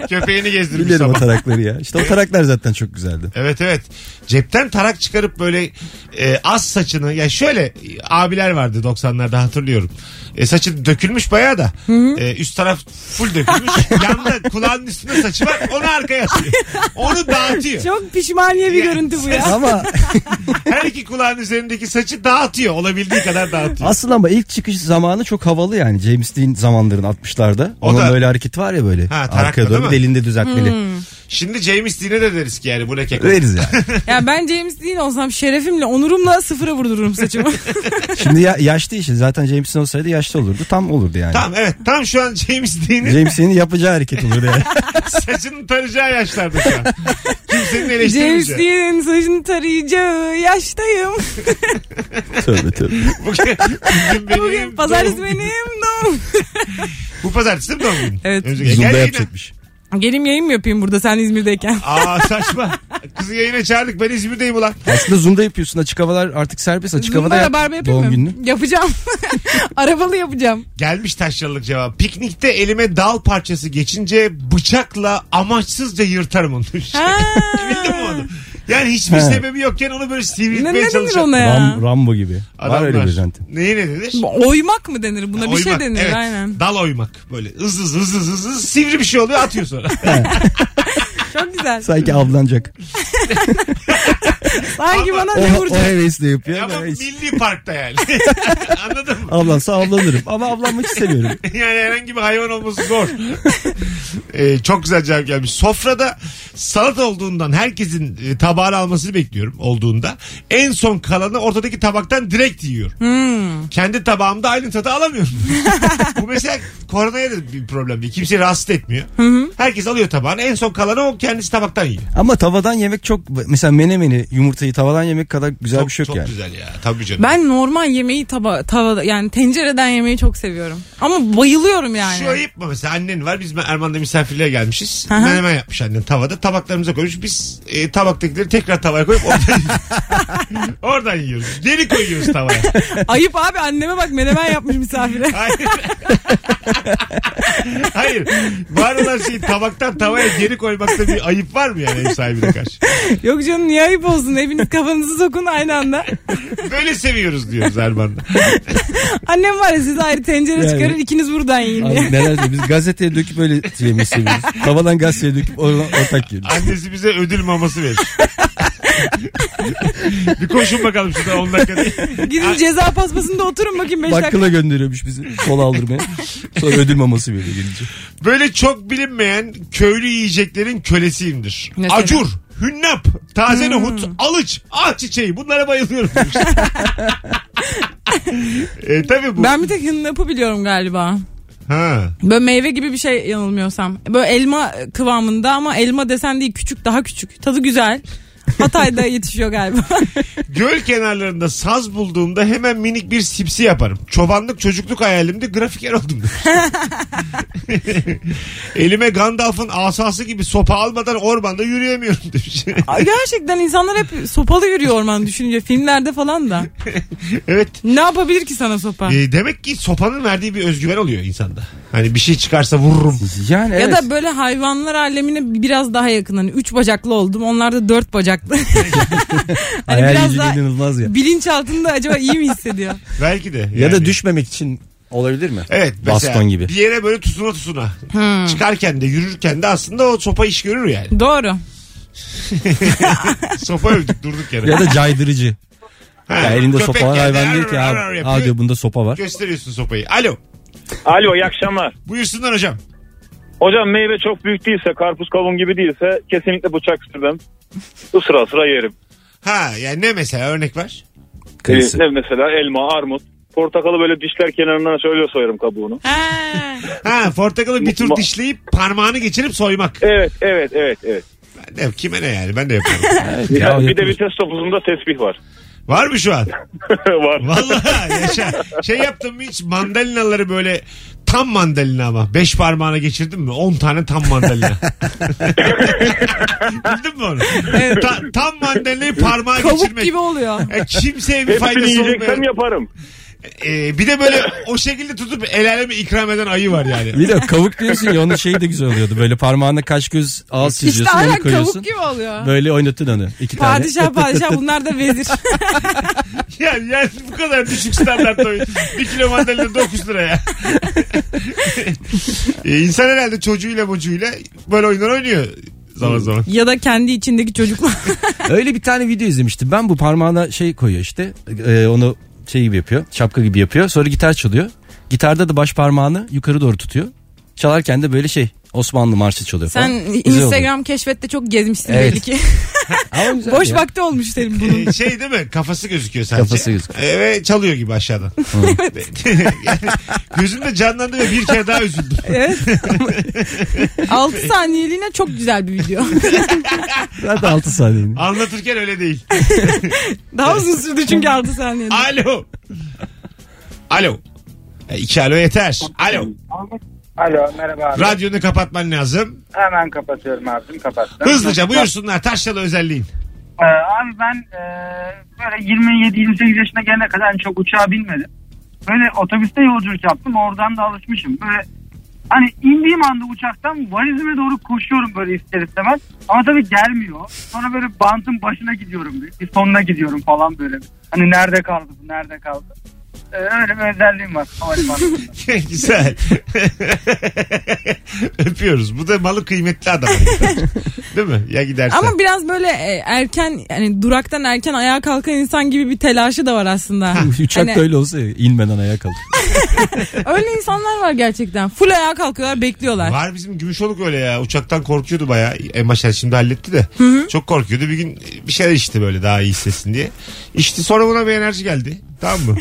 S2: Köpeğini gezdirmiş
S4: Biliyorum o
S2: sabah.
S4: tarakları ya. İşte o taraklar zaten çok güzeldi.
S2: Evet evet. Cepten tarak çıkarıp böyle e, az saçını ya şöyle e, abiler vardı 90'larda hatırlıyorum. E, saçı dökülmüş bayağı da. E, üst taraf full dökülmüş. Yanda kulağının üstünde saçı var. Onu arkaya asıyor. Onu dağıtıyor.
S3: Çok pişmaniye bir görüntü bu ya.
S4: Ama
S2: Her iki kulağın üzerindeki saçı dağıtıyor. Olabildiği kadar dağıtıyor.
S4: aslında ama ilk çıkış zamanı çok havalı yani. James Dean zamanların 60'larda.
S2: O
S4: Onun
S2: da-
S4: böyle hareketi var ya böyle.
S2: Ha, tarakla
S4: arkaya
S2: değil
S4: doğru
S2: mi? Hmm.
S4: bir de elinde düzeltmeli.
S2: Şimdi James Dean'e de deriz ki yani bu ne keko.
S4: Veririz yani.
S3: Ya ben James Dean olsam şerefimle, onurumla sıfıra vurdururum saçımı.
S4: Şimdi ya, yaşlı işi. Zaten James Dean olsaydı yaşlı olurdu. Tam olurdu yani.
S2: Tamam evet. Tam şu an James Dean'in
S4: James Dean'in yapacağı hareket olurdu yani.
S2: saçını taracağı yaşlarda şu an. Kimsenin
S3: James
S2: eleştirmeyeceği.
S3: Dean'in saçını tarayacağı yaştayım.
S4: tövbe tövbe.
S2: Bugün, bugün benim
S3: Bugün pazartesi
S2: doğum-
S3: benim doğum.
S2: Bu pazartesi mi doğum günün?
S3: Evet.
S2: Önümüzdeki- Gel
S4: Zumba
S2: yayına.
S4: yapacakmış.
S3: Gelim yayın mı yapayım burada sen İzmir'deyken?
S2: Aa saçma. Kızı yayına çağırdık. Ben İzmir'deyim ulan.
S4: Aslında Zoom'da yapıyorsun. Açık havalar artık serbest. Açık
S3: Zumba
S4: havada yap
S3: rabarba yapayım
S4: doğum
S3: mı?
S4: gününü.
S3: Yapacağım. Arabalı yapacağım.
S2: Gelmiş taşralık cevap. Piknikte elime dal parçası geçince bıçakla amaçsızca yırtarım onu.
S3: Ha.
S2: Bildin mi onu? Yani hiçbir
S4: Ha.
S2: sebebi yokken onu böyle
S3: Ne, ne
S2: sivriltmeye
S3: denir
S2: çalışan
S3: ona ya?
S4: Ram, Rambo gibi. Var öyle bir janti.
S2: Neye ne denir?
S3: Oymak mı denir buna? bir şey
S2: Oymak,
S3: denir
S2: evet.
S3: aynen.
S2: Dal oymak. Böyle hız hız hız hız hız hız sivri bir şey oluyor atıyor sonra.
S3: Çok güzel.
S4: Sanki avlanacak.
S3: Sanki bana
S4: O,
S3: ne
S4: o
S3: vuracak?
S4: hevesle yapıyor.
S2: Ama
S4: Ben hiç-
S2: milli parkta yani. Anladın mı?
S4: Avlansa avlanırım ama avlanmak istemiyorum.
S2: Yani herhangi bir hayvan olması zor. Ee, çok güzel cevap gelmiş. Sofrada salat olduğundan herkesin e, tabağını almasını bekliyorum olduğunda. En son kalanı ortadaki tabaktan direkt yiyorum. Kendi tabağımda aynı tadı alamıyorum. Bu mesela koronaya da bir problem değil. Kimseyi rahatsız etmiyor. Herkes alıyor tabağını. En son kalanı o kendisi tabaktan yiyor.
S4: Ama tavadan yemek çok mesela menemeni yumurtayı tavadan yemek kadar güzel
S2: çok
S4: bir şey yok
S2: çok
S4: yani.
S2: güzel ya. Tabii canım.
S3: Ben normal yemeği tava, tava yani tencereden yemeği çok seviyorum. Ama bayılıyorum yani.
S2: Şu ayıp mı mesela annen var biz Erman misafirliğe gelmişiz.
S3: Aha.
S2: Menemen yapmış annem tavada. Tabaklarımıza koymuş. Biz e, tabaktakileri tekrar tavaya koyup oradan, oradan yiyoruz. Geri koyuyoruz tavaya.
S3: Ayıp abi anneme bak menemen yapmış misafire.
S2: Hayır. Hayır. Var olan şeyi tabaktan tavaya geri koymakta bir ayıp var mı yani ev sahibine karşı?
S3: Yok canım niye ayıp olsun hepiniz kafanızı sokun aynı anda.
S2: Böyle seviyoruz diyoruz Erman'la.
S3: Annem var ya siz ayrı tencere
S4: Yani.
S3: çıkarır ikiniz buradan yiyin diye.
S4: Abi neler diyor? Biz gazeteye döküp öyle yemeği seviyoruz. Tavadan gazeteye döküp oradan ortak yiyoruz.
S2: Annesi bize ödül maması verir. bir koşun bakalım şurada 10 dakika değil.
S3: Gidin ceza paspasında oturun bakayım 5 dakika.
S4: Bakkala gönderiyormuş bizi kol aldırmaya. Sonra ödül maması veriyor gelince.
S2: Böyle çok bilinmeyen köylü yiyeceklerin kölesiyimdir.
S3: Mesela? Hmm.
S2: Acur, hünnap, taze nohut, alıç, ah çiçeği. Bunlara bayılıyorum. demiş. e tabi bu.
S3: Ben bir tek hınnapı biliyorum galiba.
S2: Ha.
S3: Böyle meyve gibi bir şey yanılmıyorsam. Böyle elma kıvamında ama elma desen değil küçük daha küçük. Tadı güzel. Hatay'da yetişiyor galiba.
S2: Göl kenarlarında saz bulduğumda hemen minik bir sipsi yaparım. Çobanlık çocukluk hayalimde grafiker oldum. demiş. Elime Gandalf'ın asası gibi sopa almadan ormanda yürüyemiyorum demiş.
S3: Ay, Gerçekten insanlar hep sopalı yürüyor orman düşününce filmlerde falan da.
S2: evet.
S3: Ne yapabilir ki sana sopa?
S2: E, demek ki sopanın verdiği bir özgüven oluyor insanda. Hani bir şey çıkarsa vururum.
S4: Yani
S3: Ya
S4: evet.
S3: da böyle hayvanlar alemine biraz daha yakın. Hani üç bacaklı oldum. Onlar da dört bacaklı. hani
S4: Hayal
S3: biraz
S4: gücü
S3: daha
S4: inanılmaz ya.
S3: bilinç altında acaba iyi mi hissediyor?
S2: Belki de.
S4: Ya
S2: yani.
S4: da düşmemek için olabilir mi?
S2: Evet mesela
S4: Baston gibi.
S2: bir yere böyle tutuna tutuna çıkarken de yürürken de aslında o sopa iş görür yani.
S3: Doğru.
S2: sopa övdük durduk yere.
S4: Ya da caydırıcı.
S2: Ha,
S4: Ya elinde
S2: köpek
S4: sopa var
S2: geldi,
S4: hayvan diyor ki
S2: ar- ar- ar-
S4: abi,
S2: yapıyor.
S4: aa diyor bunda sopa var.
S2: Gösteriyorsun sopayı. Alo
S5: Alo iyi akşamlar.
S2: buyursunlar hocam.
S5: Hocam meyve çok büyük değilse karpuz kavun gibi değilse kesinlikle bıçak sürmem. Isıra sıra yerim.
S2: Ha yani ne mesela örnek var?
S4: Kırısı.
S5: Ne mesela elma, armut. Portakalı böyle dişler kenarından şöyle soyarım kabuğunu.
S3: Ha.
S2: Ha portakalı bir tur
S5: Ma-
S2: dişleyip parmağını geçirip soymak.
S5: Evet, evet, evet, evet.
S2: Ben de, kime ne yani ben de yaparım.
S4: Ya
S5: Ya bir de
S4: yapıyoruz.
S5: vites topuzunda tesbih var.
S2: var mı şu an?
S5: var.
S2: Vallahi yaşa. Şey yaptım mı hiç mandalinaları böyle tam mandalina ama. Beş parmağına geçirdin mi? On tane tam mandalina. Bildin mi onu?
S3: Evet.
S2: Ta- tam mandalinayı parmağa
S3: Kavuk
S2: geçirmek.
S3: gibi oluyor.
S2: E, kimseye bir
S5: Hepsini
S2: faydası
S5: yiyeceksem
S2: olmuyor.
S5: yaparım.
S2: E, bir de böyle o şekilde tutup el aleme ikram eden ayı var yani.
S4: Bir de kavuk diyorsun ya onun şeyi de güzel oluyordu. Böyle parmağına kaş göz ağız
S3: İşte
S4: çiziyorsun onu
S3: aynen
S4: koyuyorsun.
S3: kavuk gibi oluyor.
S4: Böyle oynatın onu. İki tane.
S3: Padişah padişah bunlar da vezir.
S2: yani, yani bu kadar düşük standart oyun. Bir kilo mandalina 9 liraya. e, insan herhalde çocuğuyla mocuğuyla böyle oyunlar oynuyor zaman zaman.
S3: ya da kendi içindeki çocuklar.
S4: Öyle bir tane video izlemiştim. Ben bu parmağına şey koyuyor işte. e, onu şey gibi yapıyor. Şapka gibi yapıyor. Sonra gitar çalıyor. Gitarda da baş parmağını yukarı doğru tutuyor. Çalarken de böyle şey Osmanlı marşı çalıyor
S3: Sen
S4: falan. Güzel oluyor.
S3: Instagram keşfette çok gezmişsin
S4: Evet.
S3: belli ki.
S4: Ama güzel
S3: Boş
S4: ya.
S3: vakti olmuş derim bunun.
S2: Ee, şey değil mi? Kafası gözüküyor sadece.
S4: Kafası gözüküyor.
S2: Ee, ve çalıyor gibi aşağıdan. yani gözümde canlandı ve bir kere daha üzüldüm.
S3: Evet. 6 saniyeliğine çok güzel bir video.
S4: Zaten 6 saniye.
S2: Anlatırken öyle değil.
S3: Daha uzun sürdü çünkü 6 saniyede.
S2: Alo. Alo. E, iki alo yeter. Alo.
S8: Alo merhaba abi.
S2: Radyonu kapatman lazım.
S8: Hemen kapatıyorum abicim kapattım.
S2: Hızlıca buyursunlar. Taşralı özelliğin.
S8: Ee, abi ben e, böyle 27-28 yaşına gelene kadar hani çok uçağa binmedim. Böyle otobüste yolculuk yaptım oradan da alışmışım. Böyle hani indiğim anda uçaktan valizime doğru koşuyorum böyle ister istemez. Ama tabii gelmiyor. Sonra böyle bantın başına gidiyorum. Bir, bir sonuna gidiyorum falan böyle. Hani nerede kaldı bu nerede kaldı. Ee, öyle bir özelliğim var. havalimanında.
S2: Güzel. Öpüyoruz. Bu da malı kıymetli adam. Değil mi? Ya gidersen.
S3: Ama biraz böyle e, erken yani duraktan erken ayağa kalkan insan gibi bir telaşı da var aslında.
S4: Uçak
S3: Hani
S4: da öyle olsa ya, inmeden ayağa kalır.
S3: öyle insanlar var gerçekten. Full ayağa kalkıyorlar bekliyorlar.
S2: Var bizim Gümüşoluk öyle ya. Uçaktan korkuyordu bayağı. En başta şimdi halletti de. Çok korkuyordu. Bir gün bir şeyler içti böyle daha iyi hissetsin diye. İçti sonra buna bir enerji geldi. Tamam mı?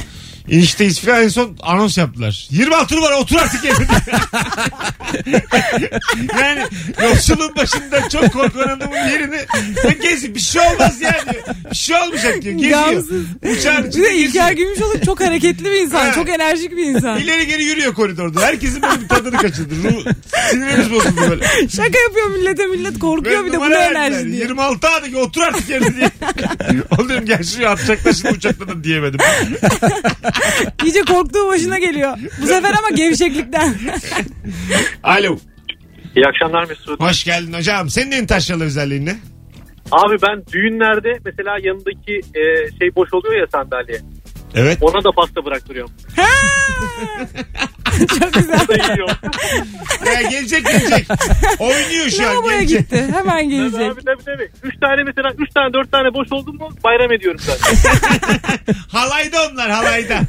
S2: İnişteyiz falan en son anons yaptılar. 26 numara otur artık evde. yani yoksulun başında çok korkan adamın yerini sen kesin bir şey olmaz yani. Bir şey olmayacak diyor. Geziyor.
S3: Gamsız.
S2: Uçağın
S3: Bir
S2: içinde
S3: de
S2: geziyor.
S3: İlker Gümüşoluk çok hareketli bir insan. çok enerjik bir insan.
S2: İleri geri yürüyor koridorda. Herkesin böyle bir tadını kaçırdı. Ruh, sinirimiz bozuldu böyle.
S3: Şaka yapıyor millete millet korkuyor
S2: Böyle
S3: bir de bu
S2: numara
S3: ne
S2: verdiler.
S3: enerji diye.
S2: 26 A'daki otur artık yerine diye. Oğlum dedim gel şuraya atacaklar şimdi uçakta da diyemedim.
S3: İyice korktuğu başına geliyor. Bu sefer ama gevşeklikten.
S2: Alo.
S5: İyi akşamlar Mesut.
S2: Hoş geldin hocam. Senin en taşralı özelliğin ne?
S5: Abi ben düğünlerde mesela yanındaki e, şey boş oluyor ya sandalye.
S2: Evet.
S5: Ona da pasta bıraktırıyorum.
S3: çok güzel.
S5: Pasta yiyorum.
S2: Ya gelecek gelecek. Oynuyor şu an.
S3: Lavaboya
S2: Gelecek.
S3: gitti. Hemen
S5: tabii
S3: gelecek.
S5: abi tabii tabii. Üç tane mesela üç tane dört tane boş oldu mu bayram ediyorum zaten.
S2: Halayda onlar halayda.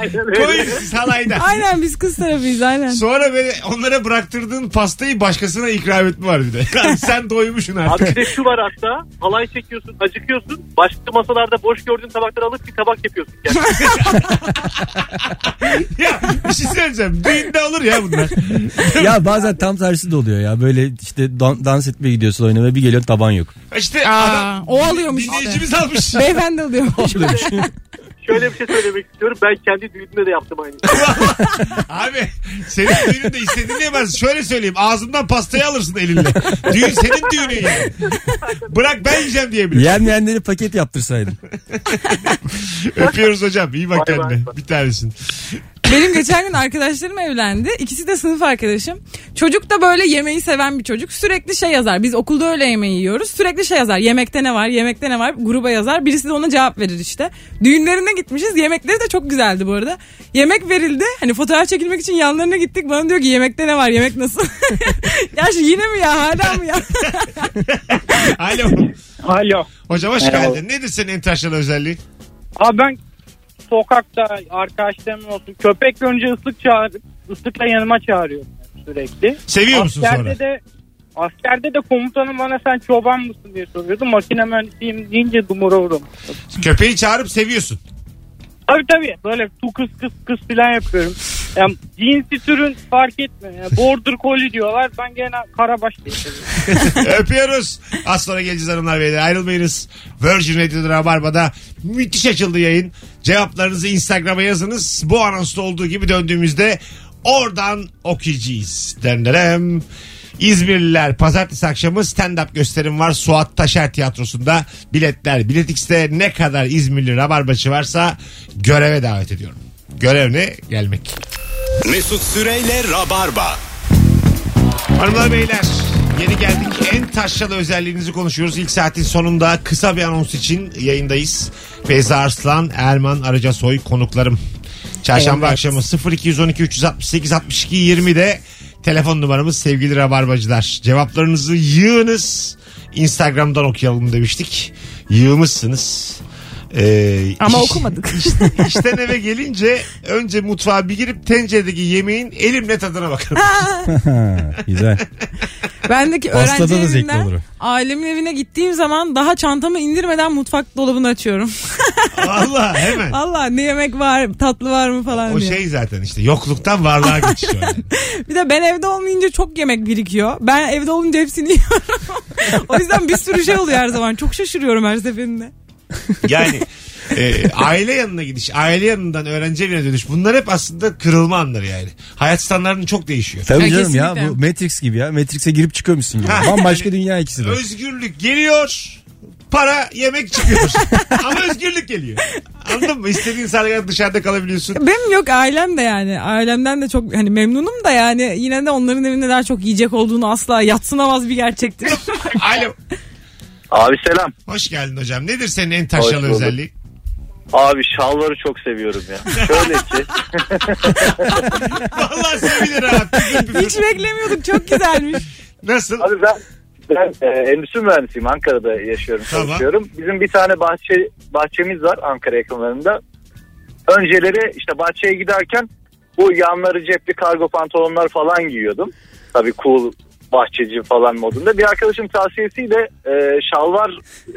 S5: Aynen öyle.
S2: Koyun siz halayda.
S3: Aynen biz kız tarafıyız aynen.
S2: Sonra böyle onlara bıraktırdığın pastayı başkasına ikram etme var bir de. Lan sen doymuşsun
S5: Abi
S2: artık.
S5: bir de şu var hatta halay çekiyorsun acıkıyorsun başka masalarda boş gördüğün tabakları alıp bir tabak yapıyorsun. Yani.
S2: ya bir şey söyleyeceğim. Düğünde olur ya bunlar.
S4: ya bazen tam tersi de oluyor ya. Böyle işte dan- dans etmeye gidiyorsun oynamaya bir geliyor taban yok.
S2: İşte
S3: Aa,
S2: adam-
S3: o alıyormuş işte.
S2: dinleyicimiz almış.
S3: Beyefendi alıyor.
S5: Şöyle bir şey söylemek istiyorum ben kendi düğünümde de yaptım aynı
S2: Abi senin düğününde istediğini yemez. Şöyle söyleyeyim ağzımdan pastayı alırsın elinle. Düğün senin düğünün yani. Bırak ben yiyeceğim diyebilir.
S4: Yenmeyenleri paket yaptırsaydın.
S2: Öpüyoruz hocam. İyi bak
S5: Bay bay.
S2: kendine. Bir tanesin.
S3: Benim geçen gün arkadaşlarım evlendi. İkisi de sınıf arkadaşım. Çocuk da böyle yemeği seven bir çocuk. Sürekli şey yazar. Biz okulda öyle yemeği yiyoruz. Sürekli şey yazar. Yemekte ne var? Yemekte ne var? Gruba yazar. Birisi de ona cevap verir işte. Düğünlerine gitmişiz. Yemekleri de çok güzeldi bu arada. Yemek verildi. Hani fotoğraf çekilmek için yanlarına gittik. Bana diyor ki yemekte ne var? Yemek nasıl? ya şu yine mi ya? Hala mı ya?
S2: Alo.
S5: Alo.
S2: Hocam hoş
S5: Merhaba.
S2: geldin. Nedir senin en taşralı özelliği?
S5: Abi ben sokakta arkadaşlarım olsun köpek önce ıslık çağır ıslıkla yanıma çağırıyorum sürekli.
S2: Seviyor musun sonra?
S5: askerde de askerde de komutanım bana sen çoban mısın diye soruyordu. Makine mühendisiyim deyince dumura vurum.
S2: Köpeği çağırıp seviyorsun.
S5: Tabii tabii böyle tu kıs kıs kıs filan yapıyorum. Yani cinsi türün fark etmiyor. Yani border collie diyorlar ben gene karabaş diye söylüyorum.
S2: Öpüyoruz. Az sonra geleceğiz hanımlar beyler. Ayrılmayınız. Virgin Radio'da Rabarba'da müthiş açıldı yayın. Cevaplarınızı Instagram'a yazınız. Bu anonsta olduğu gibi döndüğümüzde oradan okuyacağız. Dendelem. İzmirliler pazartesi akşamı stand-up gösterim var Suat Taşer Tiyatrosu'nda biletler. Bilet X'te ne kadar İzmirli rabarbaçı varsa göreve davet ediyorum. Görev ne? Gelmek.
S1: Mesut Süreyle Rabarba.
S2: Hanımlar beyler yeni geldik. En taşralı özelliğinizi konuşuyoruz. İlk saatin sonunda kısa bir anons için yayındayız. Beyza Arslan, Erman Aracasoy konuklarım. Çarşamba akşamı 0212 368 62 20'de telefon numaramız sevgili rabarbacılar. Cevaplarınızı yığınız. Instagram'dan okuyalım demiştik. Yığmışsınız. Ee,
S3: Ama
S2: iş-
S3: okumadık.
S2: işte, işten eve gelince önce mutfağa bir girip tenceredeki yemeğin elimle tadına bakarım.
S4: Güzel.
S3: Bendeki
S4: Pastada
S3: öğrenci
S4: da zevkli
S3: evinden
S4: olur.
S3: ailemin evine gittiğim zaman daha çantamı indirmeden mutfak dolabını açıyorum.
S2: Allah hemen.
S3: Allah ne yemek var tatlı var mı falan
S2: O
S3: diye.
S2: şey zaten işte yokluktan varlığa geçiş o yani.
S3: Bir de ben evde olmayınca çok yemek birikiyor. Ben evde olunca hepsini yiyorum. o yüzden bir sürü şey oluyor her zaman. Çok şaşırıyorum her seferinde.
S2: Yani e, aile yanına gidiş, aile yanından öğrenci evine dönüş bunlar hep aslında kırılma anları yani. Hayat standartın çok değişiyor.
S4: Tabii
S3: Ya
S4: canım ya
S3: kesinlikle.
S4: bu Matrix gibi ya. Matrix'e girip çıkıyormuşsun gibi.
S2: Ha.
S4: Bambaşka dünya ikisi de.
S2: Özgürlük geliyor, para yemek çıkıyor. Ama özgürlük geliyor. Anladın mı? İstediğin saatte dışarıda kalabiliyorsun.
S3: Benim yok ailem de yani. Ailemden de çok hani memnunum da yani yine de onların evinde daha çok yiyecek olduğunu asla yatsınamaz bir gerçektir.
S2: Alo.
S6: Abi selam.
S2: Hoş geldin hocam. Nedir senin en taşralı
S6: Hoş bulduk.
S2: özelliği?
S6: Abi şalvarı çok seviyorum ya. Şöyle ki
S2: Vallahi sevinir ha. Püfür püfür.
S3: Hiç beklemiyorduk. Çok güzelmiş.
S2: Nasıl?
S6: Abi ben, ben e, endüstri mühendisiyim. Ankara'da yaşıyorum,
S2: Tamam.
S6: çalışıyorum. Bizim bir tane bahçe bahçemiz var Ankara yakınlarında. Önceleri işte bahçeye giderken bu yanları cepli kargo pantolonlar falan giyiyordum. Tabii cool bahçeci falan modunda. Bir arkadaşım tavsiyesiyle e, şalvar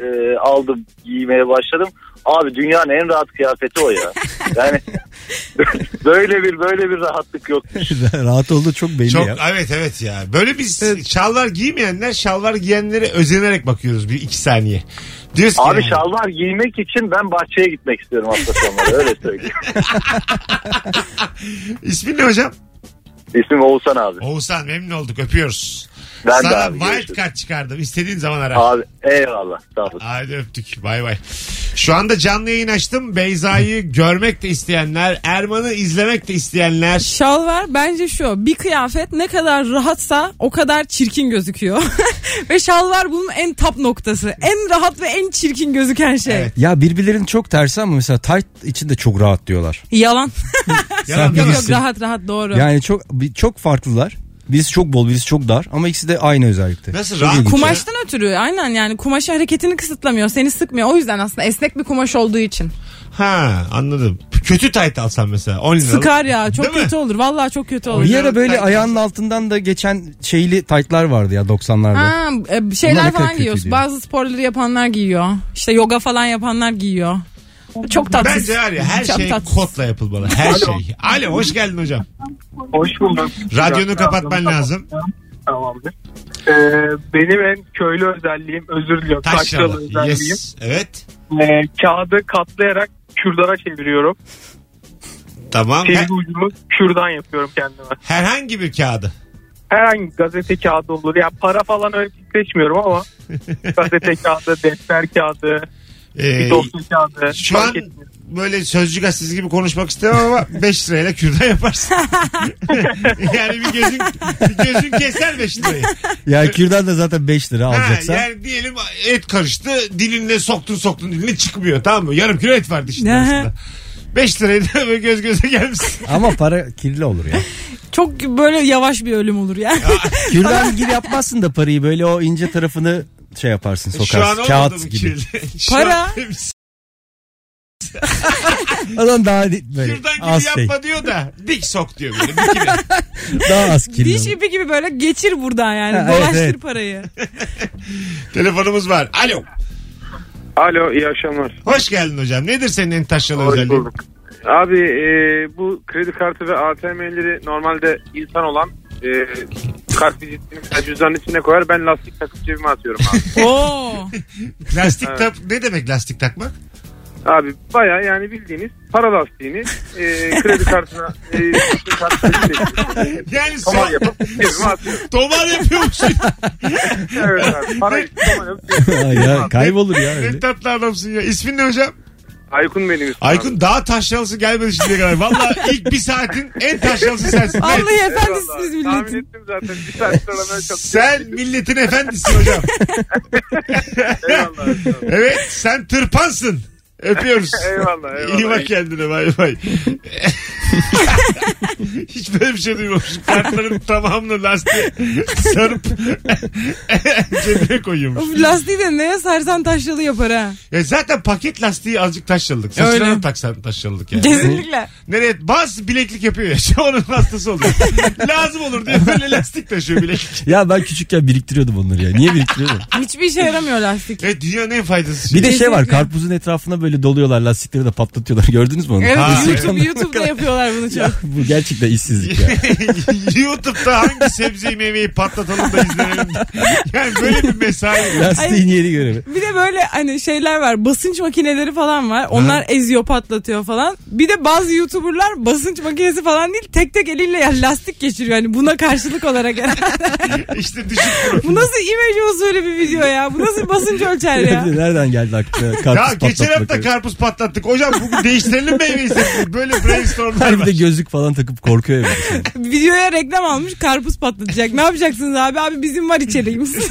S6: e, aldım giymeye başladım. Abi dünyanın en rahat kıyafeti o ya. Yani
S7: böyle bir böyle bir rahatlık yok.
S4: Rahat oldu çok belli
S2: Çok
S4: ya.
S2: evet evet ya. Böyle biz şalvar giymeyenler şalvar giyenlere özenerek bakıyoruz bir iki saniye. Diyoruz ki
S7: Abi
S2: yani,
S7: şalvar giymek için ben bahçeye gitmek istiyorum hafta sonları öyle söyleyeyim.
S2: İsmin ne hocam?
S7: İsmim Oğuzhan abi.
S2: Oğuzhan memnun olduk öpüyoruz.
S7: Ben de
S2: Sana
S7: abi.
S2: wild
S7: görüşürüz.
S2: card çıkardım. İstediğin zaman ara.
S7: Abi eyvallah sağ olun.
S2: Haydi öptük. Bay bay. Şu anda canlı yayın açtım. Beyza'yı görmek de isteyenler, Erman'ı izlemek de isteyenler.
S3: Şal var bence şu bir kıyafet ne kadar rahatsa o kadar çirkin gözüküyor. ve şalvar bunun en tap noktası. En rahat ve en çirkin gözüken şey.
S2: Evet.
S4: Ya birbirlerinin çok tersi ama mesela tight için de çok rahat diyorlar.
S3: Yalan.
S2: Yalan
S3: Yok
S2: değil mi?
S3: yok rahat rahat doğru.
S4: Yani çok bir- çok farklılar. Birisi çok bol, birisi çok dar ama ikisi de aynı özellikte.
S2: Nasıl
S4: Çok
S2: rahat?
S4: ilginç.
S3: Kumaştan ötürü aynen yani kumaşı hareketini kısıtlamıyor seni sıkmıyor o yüzden aslında esnek bir kumaş olduğu için.
S2: Ha anladım. Kötü tayt alsan mesela. 10 liralık.
S3: Sıkar ya çok
S2: Değil mi?
S3: kötü olur vallahi çok kötü olur.
S4: Bir ara böyle
S2: Tight-
S4: ayağının altından da geçen şeyli taytlar vardı ya 90'larda.
S3: Ha, e,
S4: Bunlar ne
S3: şeyler
S4: kadar
S3: falan giyiyoruz
S4: kötüydü ya.
S3: bazı sporları yapanlar giyiyor işte yoga falan yapanlar giyiyor. Çok tatsız.
S2: Bence var ya her
S3: Çok
S2: şey
S3: tatsız.
S2: kodla yapılmalı. Her şey. Alo hoş geldin hocam.
S5: Hoş bulduk.
S2: Radyonu kapatman lazım.
S5: Tamamdır. Ee, benim en köylü özelliğim özür diliyorum. Taşralı
S2: Taşralı.
S5: özelliğim.
S2: Yes. Evet.
S5: Ee, kağıdı katlayarak kürdana çeviriyorum.
S2: Tamam.
S7: Şey,
S2: Her-
S5: Sevgi ucumu kürdan yapıyorum kendime.
S2: herhangi bir kağıdı.
S5: Herhangi gazete kağıdı olur. Ya para falan öyle seçmiyorum ama gazete kağıdı, defter kağıdı,
S2: Ee,
S5: bir dosya kağıdı.
S2: şu an
S5: fark etmiyor.
S2: böyle sözcü gazetesi gibi konuşmak istemem ama 5 lirayla kürdan yaparsın. yani bir gözün, bir gözün keser 5 lirayı.
S4: Ya kürdan da zaten 5 lira
S2: Ha,
S4: alacaksa.
S2: yani diyelim et karıştı dilinle soktun soktun diline çıkmıyor tamam mı? Yarım kilo et var dişinin
S3: Ne?
S2: arasında. 5 lirayla böyle göz göze gelmişsin.
S4: Ama para kirli olur ya.
S3: Çok böyle yavaş bir ölüm olur yani.
S4: Kürdan gibi yapmazsın da parayı böyle o ince tarafını şey yaparsın
S2: Şu an
S4: sokarsın.
S2: olmadı
S4: Kağıt
S2: mı
S4: gibi.
S2: kirli? Şu
S3: Para.
S2: an-
S4: Adam daha di- böyle
S2: Kürdan gibi
S4: az şey.
S2: yapma diyor da dik sok diyor böyle. Dikine.
S4: Daha az kirli.
S3: Diş
S4: olur.
S3: ipi gibi böyle geçir buradan yani.
S4: Ha, evet,
S3: Dolaştır
S4: evet.
S3: parayı.
S2: Telefonumuz var. Alo.
S5: Alo iyi akşamlar.
S2: Hoş geldin hocam. Nedir senin en taşralı
S5: Hoş
S2: özelliğin?
S5: bulduk. Abi e, bu kredi kartı ve ATM'leri normalde insan olan e, kart vizitini mesela cüzdanın içine koyar. Ben lastik takıp cebime atıyorum abi.
S3: Oo.
S2: Lastik
S5: Evet.
S2: tak ne demek lastik takmak?
S5: abi baya yani bildiğiniz para lastiğini e, kredi kartına e, kredi kartına
S2: Yani
S5: tomar
S2: son,
S5: yapıp cebime atıyorum.
S2: tomar yapıyormuşsun.
S5: Evet abi. Para için tomar yapıp cebime
S3: şey-
S4: Ha, ya, kaybolur ya öyle.
S2: ne tatlı adamsın ya. İsmin ne hocam?
S5: Aykun benim ismim. abi.
S2: Aykun daha taşralısı gelmedi şimdiye kadar. Valla ilk bir saatin en taşralısı sensin. Ben-
S3: Vallahi
S5: Eyvallah.
S3: efendisiniz
S5: Tahmin
S3: milletin.
S5: ettim zaten. Bir saat sıralamaya çalışıyorum.
S2: Sen milletin efendisin hocam.
S5: Eyvallah.
S2: Evet sen tırpansın. Öpüyoruz.
S5: Eyvallah, eyvallah.
S2: İyi bak kendine bay bay. Hiç böyle bir şey duymamışım. Kartların tamamını lastiğe sarıp cebine koyuyormuş.
S3: Of, lastiği de neye sarsan taşralı yapar ha.
S2: Ya E, zaten paket lastiği azıcık taşralık. Saçına
S3: Öyle.
S2: da taksan taşralık yani.
S3: Kesinlikle.
S2: Nereye? Bazı bileklik yapıyor ya. Onun hastası oluyor. Lazım olur diye böyle lastik taşıyor bileklik.
S4: Ya ben küçükken biriktiriyordum onları ya. Niye biriktiriyordum?
S3: Hiçbir işe yaramıyor lastik.
S2: Evet E, dünyanın en faydası.
S4: Bir de şey var
S3: Kesinlikle.
S4: karpuzun etrafına böyle doluyorlar lastikleri de patlatıyorlar. Gördünüz mü onu?
S3: Evet
S2: Ha,
S3: YouTube,
S4: evet.
S3: YouTube'da yapıyorlar bunu çok.
S4: Ya, bu gerçekten işsizlik ya.
S2: YouTube'da hangi sebzeyi meyveyi patlatalım da izlenelim. Yani böyle bir mesai. var.
S4: Lastiğin yeri görevi.
S3: Bir de böyle hani şeyler var basınç makineleri falan var. Onlar eziyor patlatıyor falan. Bir de bazı YouTuber'lar basınç makinesi falan değil tek tek eliyle ya lastik geçiriyor. Yani buna karşılık olarak. yani.
S2: İşte düşük profil.
S3: Bu nasıl imaj usulü bir video ya? Bu nasıl basınç ölçer ya?
S4: Nereden geldi aklına
S2: Ya
S4: karpuz
S2: geçen hafta
S4: patlatmak?
S2: karpuz patlattık. Hocam bugün değiştirelim meyveyi sebzeyi. Böyle brainstormlar
S4: Her bir
S2: var.
S4: de gözlük falan takıp korkuyor evde.
S3: Videoya reklam almış karpuz patlatacak. Ne yapacaksınız abi? Abi bizim var içeriğimiz.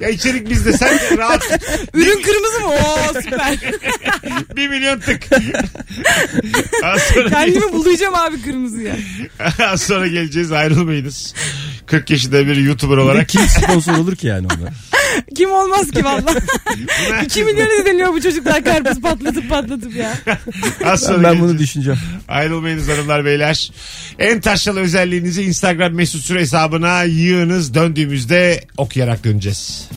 S2: Ya içerik bizde sen de rahat tut.
S3: Ürün kırmızı mı? Oo süper.
S2: Bir milyon tık. Az sonra,
S3: Kendimi bulayacağım abi kırmızıya.
S2: az sonra geleceğiz ayrılmayınız. 40 yaşında bir YouTuber olarak.
S4: Kim sponsor olur ki yani ona?
S3: Kim olmaz ki valla. 2 milyon izleniyor bu çocuklar karpuz patlatıp patlatıp ya.
S2: Az sonra
S4: Ben, ben bunu
S2: geleceğiz.
S4: düşüneceğim.
S2: Ayrılmayınız hanımlar beyler. En taşralı özelliğinizi Instagram mesut süre hesabına yığınız. Döndüğümüzde okuyarak döneceğiz.